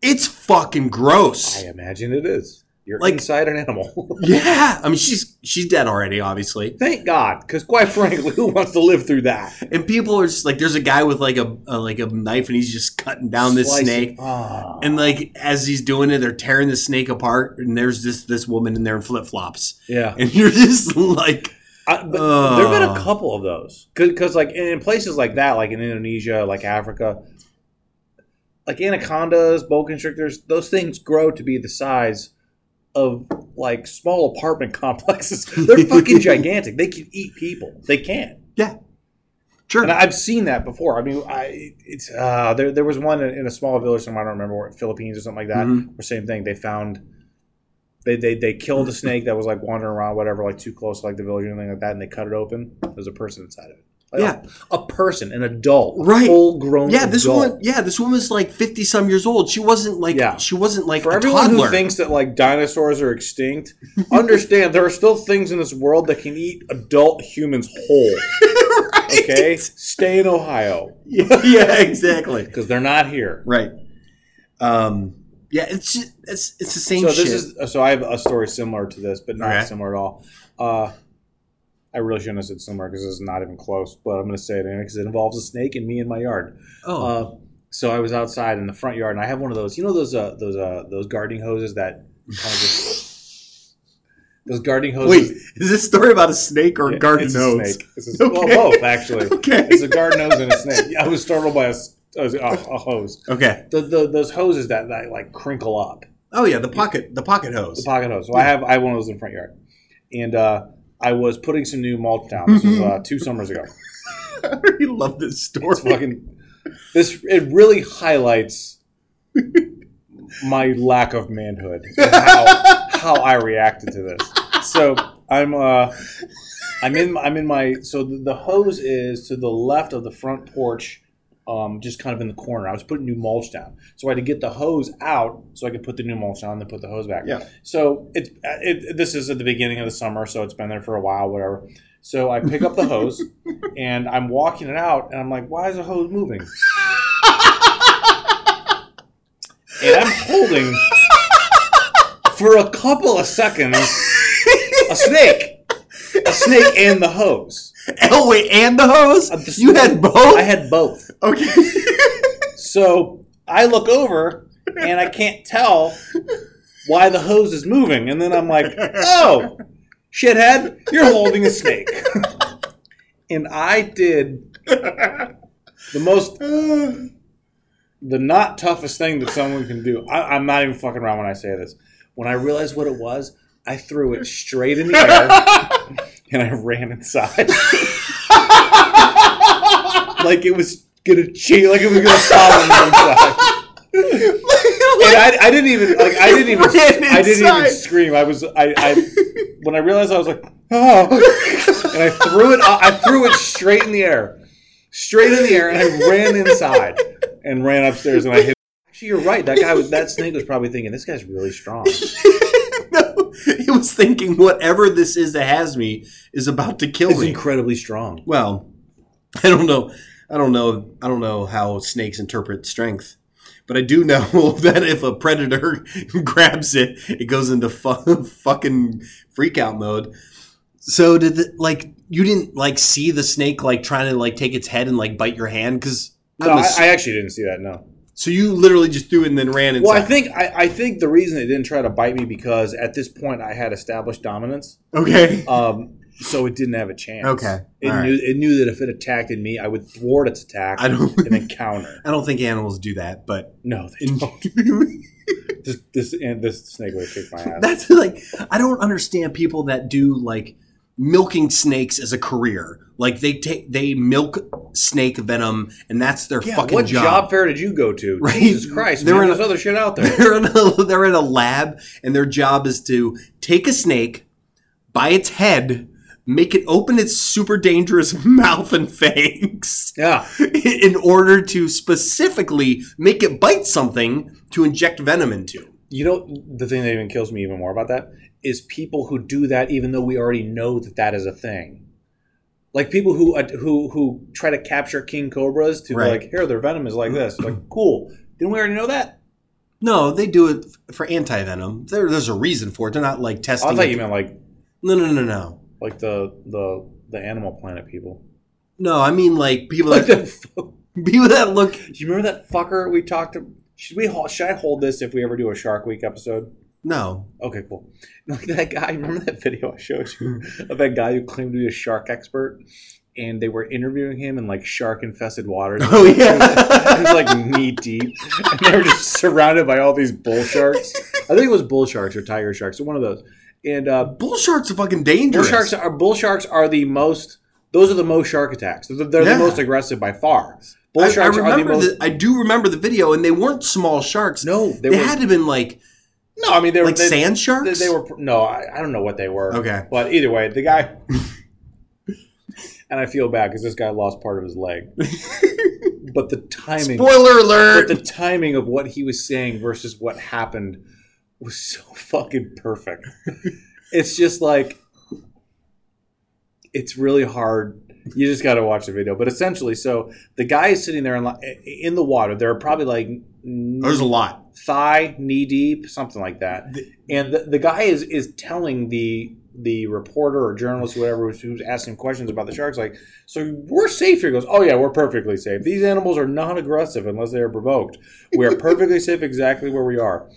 C: It's fucking gross.
A: I imagine it is. You're
C: Like-
A: inside an animal.
C: yeah. I mean she's she's dead already, obviously.
A: Thank God, because quite frankly, who wants to live through that?
C: And people are just like there's a guy with like a, a like a knife and he's just cutting down this
A: Slicing-
C: snake.
A: Ah.
C: And like as he's doing it, they're tearing the snake apart, and there's this this woman in there in flip flops,
A: yeah,
C: and you're just like,
A: I, but
C: Uh.
A: there've been a couple of those because, like, in, in places like that, like in Indonesia, like Africa, like anacondas, boa constrictors, those things grow to be the size of like small apartment complexes. They're fucking gigantic. They can eat people. They can.
C: yeah, sure,
A: And I've seen that before. I mean, I it's uh, there. There was one in, in a small village. somewhere, I don't remember where, Philippines or something like that.
C: Mhm.
A: Where same thing. They found they, they they killed a snake that was like wandering around, whatever, like too close, to, like the village or anything like that, and they cut it open. There's a person inside of it. Like,
C: Yeah.
A: a, a person, an adult,
C: Right.
A: Full grown.
C: yeah. This woman, yeah, this woman's like fifty some years old. She wasn't like,
A: Yeah.
C: she wasn't like
A: For
C: a
A: everyone
C: toddler.
A: who thinks that like dinosaurs are extinct, understand there are still things in this world that can eat adult humans whole. Okay, stay in Ohio
C: yeah, yeah, exactly,
A: because they're not here.
C: right. Um, yeah, it's just, it's it's the same
A: so
C: shit.
A: this is so i have a story similar to this but not
C: Okay.
A: similar at all uh, i really shouldn't have said similar because it's not even close but i'm going to say it anyway because it involves a snake and me in my yard
C: oh,
A: uh, so i was outside in the front yard and i have one of those you know those uh, those uh, those uh, gardening hoses that Kind of just- those gardening hoses.
C: Wait, is this story about a snake or
A: Yeah,
C: a garden
A: it's
C: hose?
A: snake. It's a, well,
C: Okay.
A: both actually.
C: Okay.
A: It's a garden hose and a snake. Yeah, I was startled by a, s- a- a hose.
C: Okay.
A: The, the, those hoses that, that like crinkle up.
C: Oh yeah, the pocket, the pocket hose.
A: The pocket hose. So I have I have one of those in the front yard, and uh, I was putting some new mulch down. This was uh, two summers ago.
C: I already love this story.
A: It's fucking this. It really highlights my lack of manhood. and How, how I reacted to this. So I'm uh, I'm in I'm in my so the, the hose is to the left of the front porch. Um, just kind of in the corner. I was putting new mulch down, so I had to get the hose out so I could put the new mulch on and then put the hose back.
C: Yeah.
A: So it's it, this is at the beginning of the summer, so it's been there for a while, whatever. So I pick up the hose and I'm walking it out, and I'm like, why is the hose moving? and I'm holding for a couple of seconds a snake, a snake and the hose.
C: oh wait, and the hose.
A: Uh, the
C: you
A: snake.
C: had both.
A: I had both.
C: okay.
A: So I look over and I can't tell why the hose is moving. And then I'm like, oh, shithead, you're holding a snake. and I did the most, the not toughest thing that someone can do. I, I'm not even fucking around when I say this. When I realized what it was, I threw it straight in the air and I ran inside. like it was gonna cheat, like it was gonna solve on the inside. And I, I didn't even like I didn't even
C: Ran
A: I didn't even
C: inside.
A: scream. I was I, I when I realized I was like oh, and I threw it I threw it straight in the air, straight in the air, and I ran inside and ran upstairs and I hit. Actually, you're right. That guy was that snake was probably thinking this guy's really strong.
C: no, he was thinking whatever this is that has me is about to kill
A: It's
C: me.
A: incredibly strong.
C: well, I don't know. I don't know. I don't know how snakes interpret strength, but I do know that if a predator grabs it, it goes into fu- fucking freak out mode. So did the, like you didn't like see the snake like trying to like take its head and like bite your hand because
A: No, I, I actually didn't see that. No.
C: so you literally just threw it and then ran inside.
A: Well, I think I, I think the reason it didn't try to bite me because at this point I had established dominance.
C: okay.
A: Um, so it didn't have a chance.
C: Okay.
A: It
C: All right.
A: knew it knew that if it attacked in me, I would thwart its attack
C: I don't.
A: and then counter.
C: I don't think animals do that, but
A: No, they
C: in,
A: this this and this snake would kick my ass.
C: that's like I don't understand people that do like milking snakes as a career. Like they take they milk snake venom, and that's their
A: Yeah,
C: fucking
A: what job.
C: job.
A: fair did you go to?
C: Right.
A: Jesus Christ,
C: They
A: man,
C: were in
A: there's other shit out there.
C: They're in a they're in a lab, and their job is to take a snake by its head, make it open its super dangerous mouth and fangs.
A: Yeah.
C: In order to specifically make it bite something to inject venom into.
A: You know the thing that even kills me even more about that is people who do that even though we already know that that is a thing. Like people who who who try to capture king cobras to
C: Right.
A: like here their venom is like this. Like cool. Didn't we already know that?
C: No, they do it f- for anti venom. There, there's a reason for it. They're not like testing.
A: Oh, I thought
C: it.
A: you meant like
C: No, no, no, no.
A: like the the the Animal Planet people.
C: No, I mean like people
A: Like
C: that
A: the, fuck-
C: people that look.
A: you remember that fucker we talked to? Should we hol- should I hold this if we ever do a Shark Week episode?
C: No,
A: Okay, cool. Like that guy. Remember that video I showed you of that guy who claimed to be a shark expert, and they were interviewing him in like shark infested waters.
C: Oh, yeah.
A: it was like knee deep, and they were just surrounded by all these bull sharks. I think it was bull sharks or tiger sharks or one of those. And uh,
C: bull sharks are fucking
A: Bull
C: dangerous.
A: sharks are bull sharks are the most. Those are the most shark attacks. They're, the- they're
C: Yeah.
A: the most aggressive by far. Bull
C: I, I
A: sharks are the
C: remember.
A: most.
C: the, I do remember the video, and they weren't small sharks.
A: no,
C: they,
A: they, were.
C: had to have been like
A: no, I mean they were.
C: like
A: they,
C: sand sharks.
A: They, they were. No, I, I don't know what they were.
C: Okay.
A: but either way, the guy. and I feel bad because this guy lost part of his leg. but the timing.
C: Spoiler
A: But
C: alert!
A: the timing of what he was saying versus what happened was so fucking perfect. it's just like it's really hard. You just got to watch the video. But essentially, so the guy is sitting there in, li- in the water. There are probably like n-
C: There's a lot.
A: thigh, knee deep, something like that.
C: The-
A: and the, the guy is is telling the the reporter or journalist, whoever who's, who's asking questions about the sharks, like, so we're safe here. He goes, oh yeah, we're perfectly safe. These animals are non aggressive unless they are provoked. We are perfectly safe exactly where we are.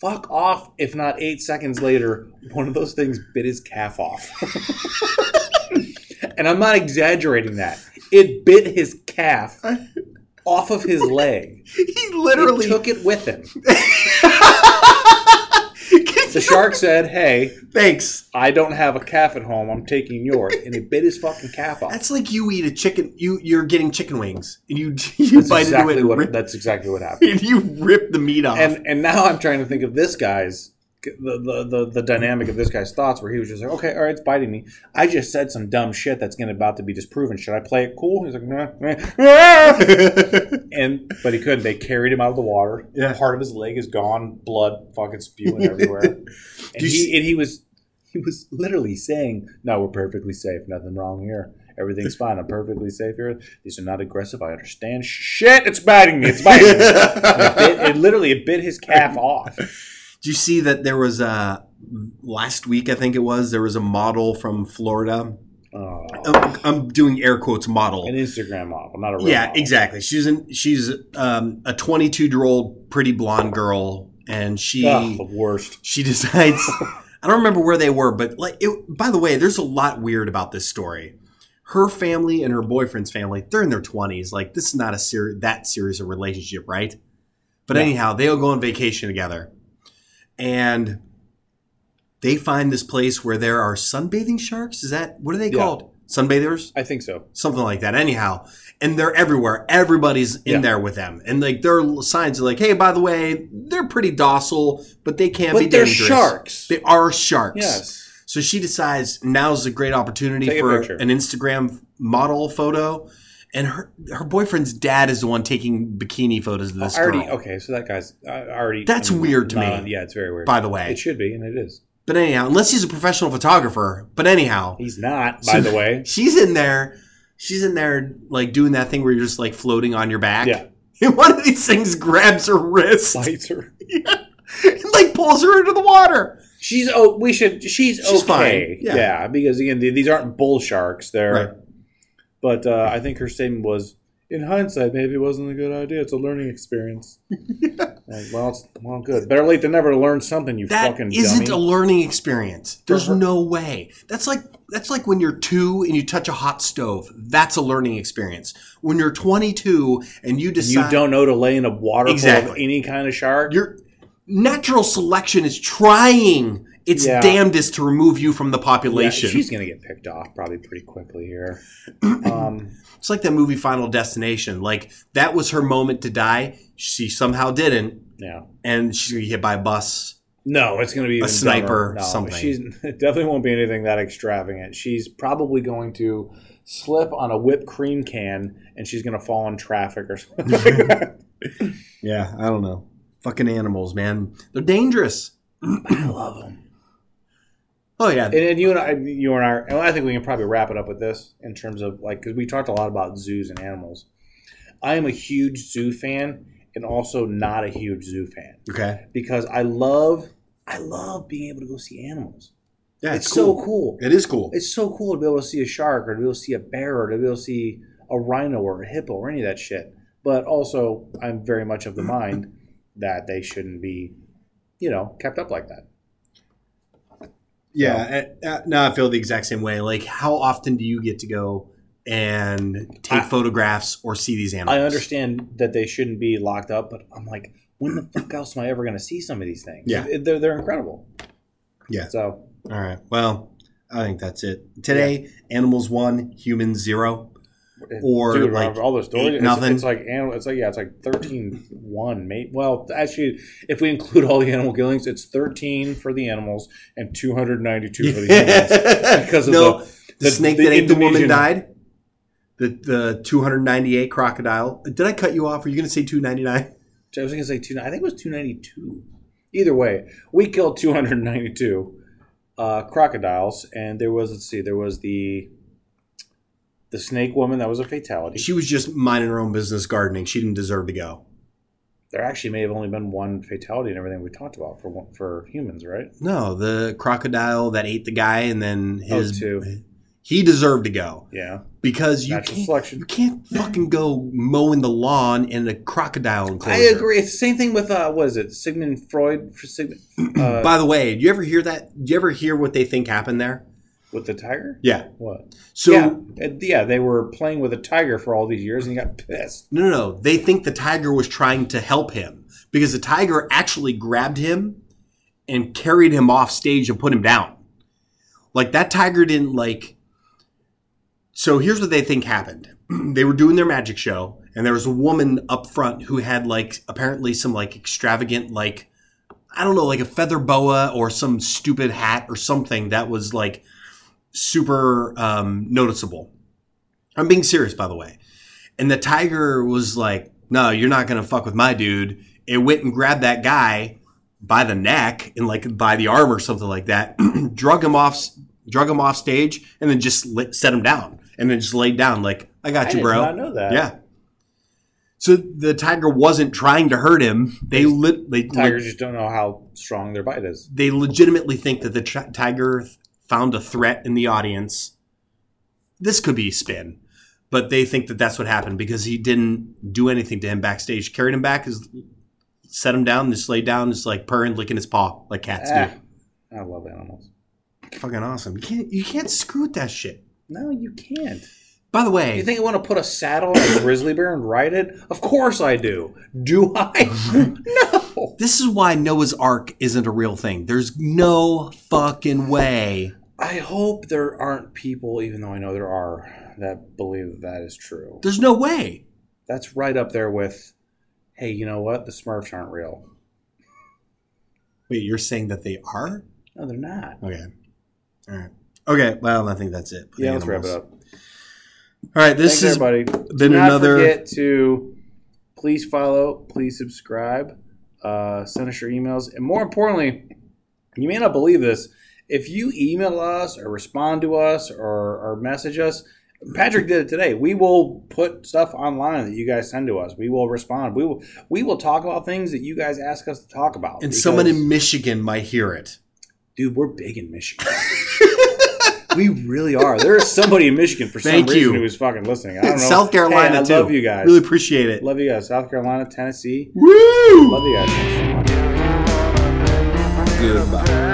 A: Fuck off! If not eight seconds later, one of those things bit his calf off. and I'm not exaggerating that. It bit his calf off of his leg.
C: He
A: Literally
C: literally
A: took it with him.
C: Can
A: The
C: you-
A: shark said, "Hey,
C: Thanks.
A: I don't have a calf at home. I'm taking yours," and it bit his fucking calf off.
C: That's like you eat a chicken. You you're getting chicken wings, and you you
A: That's
C: bite
A: exactly
C: into it and
A: what.
C: rip,
A: That's exactly what happened.
C: and you rip the meat off.
A: and and now I'm trying to think of this guy's the, the the the dynamic of this guy's thoughts, where he was just like, okay, all right, it's biting me. I just said some dumb shit that's going to about to be disproven. Should I play it cool? He's like, nah, nah, nah. and but he couldn't. They carried him out of the water.
C: Yeah.
A: part of his leg is gone. Blood fucking spewing everywhere. and,
C: you
A: he, and he was he was literally saying, no, we're perfectly safe. Nothing wrong here. Everything's fine. I'm perfectly safe here. These are not aggressive. I understand. Shit, it's biting me. It's biting me. it, bit, it literally it bit his calf off.
C: Do you see that there was a last week? I think it was there was a model from Florida.
A: Oh,
C: I'm, I'm doing air quotes model.
A: an Instagram model, not a real
C: yeah,
A: model.
C: exactly. She's an, she's um, a 22 year old pretty blonde girl, and she
A: Ugh, the worst.
C: she decides i don't remember where they were but like it, by the way there's a lot weird about this story her family and her boyfriend's family they're in their 20s like this is not a ser- that serious a relationship right but
A: No.
C: anyhow they'll go on vacation together and they find this place where there are sunbathing sharks is that what are they
A: Yeah.
C: called sunbathers
A: I think so.
C: something like that. Anyhow, and they're everywhere. Everybody's in
A: Yeah.
C: there with them, and like their l- signs are like, "Hey, by the way, they're pretty docile, but they can be
A: But they're
C: dangerous.
A: sharks.
C: They are sharks."
A: yes.
C: So she decides now's a great opportunity
A: Take a
C: for
A: picture.
C: an Instagram model photo, and her her boyfriend's dad is the one taking bikini photos of this
A: I already
C: girl.
A: okay. So that guy's I already.
C: That's weird to me.
A: not- Yeah, it's very weird.
C: By the way,
A: it should be, and it is.
C: but anyhow, unless he's a professional photographer. But anyhow,
A: He's not. By
C: So-
A: the way,
C: she's in there. She's in there, like doing that thing where you're just like floating on your back.
A: Yeah.
C: And one of these things grabs her wrist
A: bites her.
C: and like pulls her into the water.
A: She's oh, we should. She's,
C: She's fine,
A: okay.
C: yeah.
A: because again, th- these aren't bull sharks. They're.
C: Right.
A: But uh, I think her statement was, in hindsight, maybe it wasn't a good idea. It's a learning experience. like, well, it's, well, good. Better late than never to learn something. You
C: That
A: fucking
C: isn't
A: dummy. Uh-huh.
C: a learning experience. There's
A: her-
C: no way. That's like that's like when you're two and you touch a hot stove. That's a learning experience. When you're 22 and you decide
A: you don't know to lay in a water full of
C: Exactly.
A: any kind of shark.
C: your natural selection is trying its
A: Yeah.
C: damnedest to remove you from the
A: Yeah,
C: population.
A: she's gonna get picked off probably pretty quickly here. Um,
C: It's like that movie Final Destination. Like that was her moment to die. She somehow didn't,
A: yeah.
C: and she's gonna get hit by a bus.
A: No, it's going to be even
C: sniper,
A: dumber.
C: something.
A: She's it definitely won't be anything that extravagant. She's probably going to slip on a whipped cream can and she's going to fall in traffic or something. like that.
C: Yeah, I don't know. Fucking animals, man. They're dangerous.
A: I love them.
C: Oh yeah.
A: And, and you and I, you and I, and I think we can probably wrap it up with this in terms of like because we talked a lot about zoos and animals. I am a huge zoo fan and also not a huge zoo fan
C: okay.
A: because I love I love being able to go see animals.
C: Yeah,
A: It's, so cool.
C: It is cool.
A: it's so cool to be able to see a shark or to be able to see a bear or to be able to see a rhino or a hippo or any of that shit. But also, I'm very much of the mind that they shouldn't be, you know, kept up like that.
C: yeah. uh, uh, no, I feel the exact same way. Like, how often do you get to go and take
A: I-
C: photographs or see these animals?
A: I understand that they shouldn't be locked up, but I'm like, when the fuck else am I ever going to see some of these things?
C: Yeah.
A: It- They're, they're incredible.
C: Yeah.
A: So,
C: All right. Well, I think that's it. Today, animals one, humans zero. Or,
A: dude,
C: like,
A: all those stories,
C: eight
A: it's,
C: nothing.
A: it's like animal, it's like yeah, it's like 13 1 mate. Well, actually if we include all the animal killings, it's 13 for the animals and 292 for the humans. because of
C: no,
A: the-
C: the,
A: the-
C: snake
A: the
C: that ate the woman
A: Indonesian-
C: died. The the 298 crocodile. Did I cut you off? Are you going to say 299?
A: I was gonna say two. I think it was two ninety two. Either way, we killed two hundred ninety two uh, crocodiles, and there was let's see, there was the the snake woman that was a fatality.
C: She was just minding her own business gardening. She didn't deserve to go.
A: there actually may have only been one fatality and everything we talked about for one- for humans, right?
C: No, the crocodile that ate the guy and then his
A: Oh, two.
C: He deserved to go
A: Yeah.
C: because you
A: That's
C: can't,
A: reflection.
C: you can't fucking go mowing the lawn in a crocodile
A: I
C: enclosure.
A: agree. It's the same thing with uh, what is it? Sigmund Freud for Sigmund uh,
C: By the way, do you ever hear that? Do you ever hear what they think happened there?
A: with the tiger.
C: Yeah.
A: What?
C: So
A: yeah, Uh, yeah. They were playing with a tiger for all these years, and he got pissed.
C: No, no, no. They think the tiger was trying to help him because the tiger actually grabbed him and carried him off stage and put him down. Like that tiger didn't like. So here's what they think happened. they were doing their magic show, and there was a woman up front who had like apparently some like extravagant like I don't know like a feather boa or some stupid hat or something that was like super um, noticeable. I'm being serious, by the way. And the tiger was like, no, you're not going to fuck with my dude. It went and grabbed that guy by the neck and like by the arm or something like that, drug him off, drug him off stage and then just lit, set him down and then just laid down like, I got
A: I
C: you,
A: did
C: bro.
A: not know that.
C: Yeah. So the tiger wasn't trying to hurt him. They lit, they
A: Tigers just don't know how strong their bite is.
C: they legitimately think that the tri- tiger th- found a threat in the audience. This could be spin, but they think that that's what happened because he didn't do anything to him backstage. Carried him back, is set him down, just laid down, just like purring, licking his paw like cats
A: Ah, I love animals.
C: do. Fucking awesome. You can't you can't screw with that shit.
A: No, you can't.
C: By the way,
A: You think I want to put a saddle on a grizzly bear and ride it? Of course I do. Do I? no.
C: this is why Noah's Ark isn't a real thing. There's no fucking way.
A: I hope there aren't people, even though I know there are, that believe that that is true.
C: There's no way.
A: That's right up there with, hey, you know what? The Smurfs aren't real.
C: Wait, you're saying that they are?
A: No, they're not.
C: Okay. All right. Okay. Well, I think that's it. for the
A: Yeah, let's wrap it
C: animals.
A: up.
C: All right. This
A: Thanks,
C: has
A: everybody.
C: been
A: Do not
C: another.
A: forget to please follow, please subscribe, uh, send us your emails, and more importantly, you may not believe this. If you email us or respond to us or, or message us, Patrick did it today. We will put stuff online that you guys send to us. We will respond. We will we will talk about things that you guys ask us to talk about.
C: and someone
A: because-
C: in Michigan might hear it.
A: dude, we're big in Michigan. we really are. There is somebody in Michigan for some
C: Thank
A: reason
C: you.
A: who is fucking listening. I don't know.
C: South Carolina
A: Hey, I
C: too.
A: love you guys.
C: Really appreciate it.
A: Love you guys. South Carolina, Tennessee.
C: Woo!
A: Love you guys. Thanks so much.
C: Goodbye.